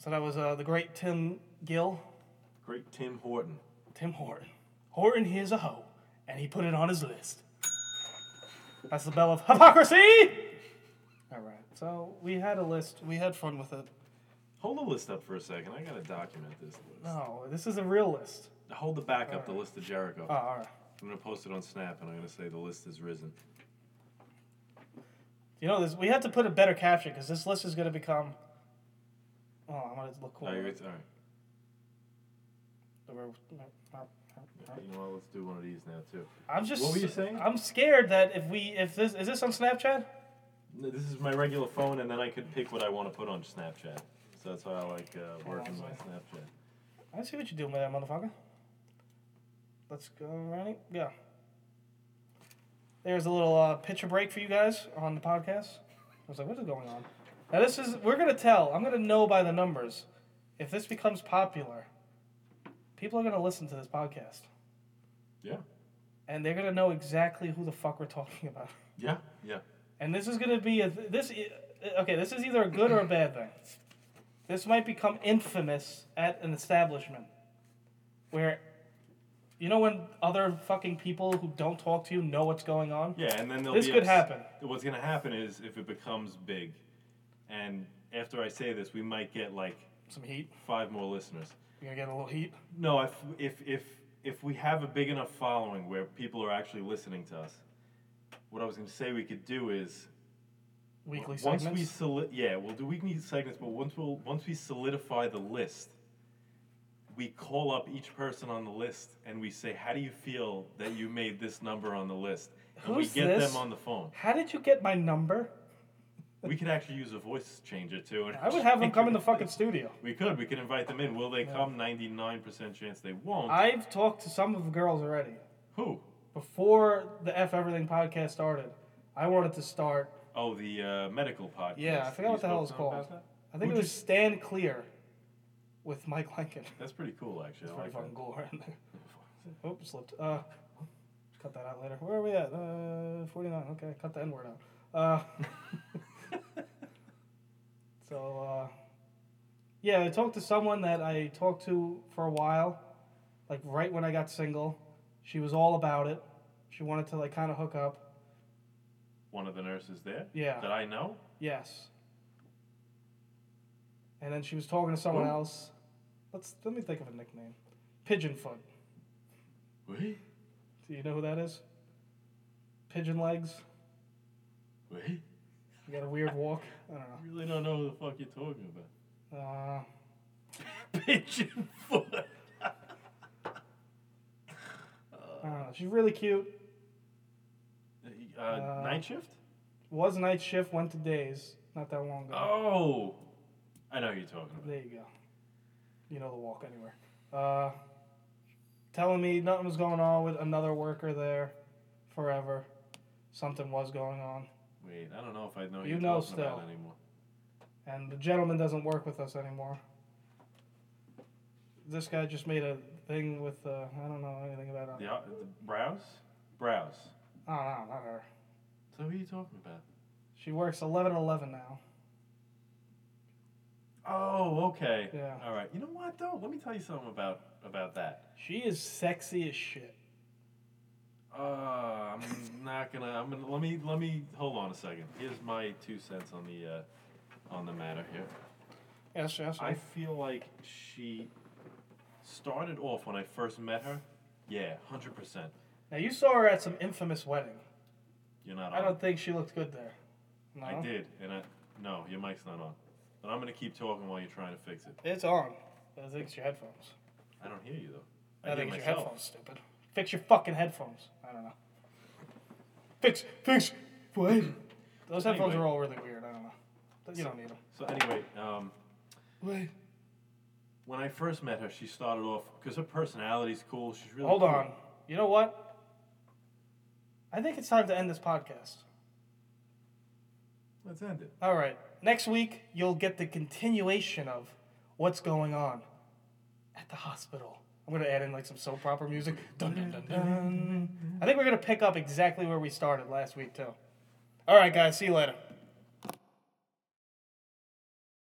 Speaker 1: So that was uh, the great Tim Gill.
Speaker 2: Great Tim Horton.
Speaker 1: Tim Horton. Horton hears a hoe, and he put it on his list. That's the bell of hypocrisy! All right, so we had a list. We had fun with it.
Speaker 2: Hold the list up for a second. I gotta document this list.
Speaker 1: No, this is a real list.
Speaker 2: Hold the back up, the list of Jericho.
Speaker 1: Oh, all right.
Speaker 2: I'm gonna post it on Snap, and I'm gonna say the list has risen.
Speaker 1: You know, this, we have to put a better caption because this list is going to become. Oh, I want it to look cool.
Speaker 2: No, you're, it's all right. You know what? Let's do one of these now too.
Speaker 1: I'm just.
Speaker 2: What were you saying?
Speaker 1: I'm scared that if we, if this, is this on Snapchat?
Speaker 2: No, This is my regular phone, and then I could pick what I want to put on Snapchat. So that's why I like uh, working my Snapchat.
Speaker 1: I see what you're doing with that motherfucker. Let's go, Ronnie. Yeah. There's a little uh, picture break for you guys on the podcast. I was like, what is going on? Now this is we're gonna tell. I'm gonna know by the numbers. If this becomes popular, people are gonna listen to this podcast.
Speaker 2: Yeah.
Speaker 1: And they're gonna know exactly who the fuck we're talking about.
Speaker 2: Yeah. Yeah.
Speaker 1: And this is gonna be a this. i- Okay, this is either a good or a bad thing. This might become infamous at an establishment. where you know when other fucking people who don't talk to you know what's going on?
Speaker 2: Yeah, and then they'll
Speaker 1: This
Speaker 2: be
Speaker 1: could
Speaker 2: ups-
Speaker 1: happen.
Speaker 2: What's gonna happen is if it becomes big, and after I say this, we might get like
Speaker 1: Some heat.
Speaker 2: five more listeners.
Speaker 1: You're gonna get a little heat.
Speaker 2: No, if if if if we have a big enough following where people are actually listening to us, what I was gonna say we could do is
Speaker 1: Weekly
Speaker 2: once we
Speaker 1: segments.
Speaker 2: soli- yeah, we'll do weekly segments, but once we'll once we solidify the list, we call up each person on the list and we say, "How do you feel that you made this number on the list?" And
Speaker 1: Who's
Speaker 2: we get
Speaker 1: this?
Speaker 2: them on the phone.
Speaker 1: How did you get my number?
Speaker 2: We could actually use a voice changer too. And
Speaker 1: I would have them come in the fucking studio.
Speaker 2: We could. We could invite them in. Will they come? Ninety nine percent chance they won't.
Speaker 1: I've talked to some of the girls already.
Speaker 2: Who?
Speaker 1: Before the F Everything podcast started, I wanted to start.
Speaker 2: Oh, the uh, medical podcast.
Speaker 1: Yeah, I forgot
Speaker 2: You
Speaker 1: what the hell it's
Speaker 2: spoke to them
Speaker 1: called.
Speaker 2: about that?
Speaker 1: I think it
Speaker 2: Who'd you
Speaker 1: was Stand Clear with Mike Lincoln.
Speaker 2: That's pretty cool, actually. I
Speaker 1: Pretty
Speaker 2: like
Speaker 1: fucking
Speaker 2: that.
Speaker 1: cool right there. Oops, slipped. Uh, cut that out later. Where are we at? Uh, 49. Okay, cut the N word out. Uh, so, uh, yeah, I talked to someone that I talked to for a while, like right when I got single. She was all about it. She wanted to, like, kind of hook up.
Speaker 2: One of the nurses there.
Speaker 1: Yeah.
Speaker 2: That I know.
Speaker 1: Yes. And then she was talking to someone
Speaker 2: Who?
Speaker 1: else. Let's let me think of a nickname. Pigeonfoot.
Speaker 2: Wait,
Speaker 1: Do you know who that is? Pigeon legs.
Speaker 2: wait.
Speaker 1: You got a weird walk. I don't
Speaker 2: I really don't know who the fuck you're talking about.
Speaker 1: know. Uh,
Speaker 2: Pigeon foot.
Speaker 1: I don't know. She's really cute.
Speaker 2: Uh, night shift.
Speaker 1: Was night shift, went to days not that long ago.
Speaker 2: Oh, I know who you're talking about.
Speaker 1: There you go. You know the walk anywhere. Uh, telling me nothing was going on with another worker there forever. Something was going on.
Speaker 2: Wait, I don't know if I know who
Speaker 1: You
Speaker 2: you're
Speaker 1: know
Speaker 2: talking about
Speaker 1: still.
Speaker 2: anymore.
Speaker 1: And the gentleman doesn't work with us anymore. This guy just made a thing with, uh, I don't know anything about it.
Speaker 2: The, uh, the browse, browse.
Speaker 1: Oh, no, not her.
Speaker 2: So who are you talking about?
Speaker 1: She works 11 11 now.
Speaker 2: Oh, okay.
Speaker 1: Yeah.
Speaker 2: All right. You know what though? Let me tell you something about about that.
Speaker 1: She is sexy as shit.
Speaker 2: Uh, I'm not gonna. I'm gonna. Let me. Let me. Hold on a second. Here's my two cents on the uh, on the matter here.
Speaker 1: Yes, yes.
Speaker 2: I feel like she started off when I first met her. Yeah, hundred percent.
Speaker 1: Now you saw her at some infamous wedding.
Speaker 2: You're not.
Speaker 1: I
Speaker 2: on.
Speaker 1: don't think she looked good there. No?
Speaker 2: I did, and I. No, your mic's not on. But I'm gonna keep talking while you're trying to fix it.
Speaker 1: It's on. I think it's your headphones.
Speaker 2: I don't hear you
Speaker 1: I,
Speaker 2: though. hear
Speaker 1: think it's your
Speaker 2: myself.
Speaker 1: headphones, stupid. Fix your fucking headphones. I don't know. Fix, fix, what? Those headphones
Speaker 2: Anyway.
Speaker 1: are all really weird. I don't know. But You don't need them.
Speaker 2: So anyway, um,
Speaker 1: Wait.
Speaker 2: when I first met her, she started off because her personality's cool. She's really
Speaker 1: Hold
Speaker 2: cool.
Speaker 1: on. You know what? I think it's time to end this podcast.
Speaker 2: Let's end it.
Speaker 1: All right. Next week, you'll get the continuation of what's going on at the hospital. I'm going to add in like some soap opera music. Dun, dun, dun, dun. I think we're going to pick up exactly where we started last week, too. All right, guys. See you later.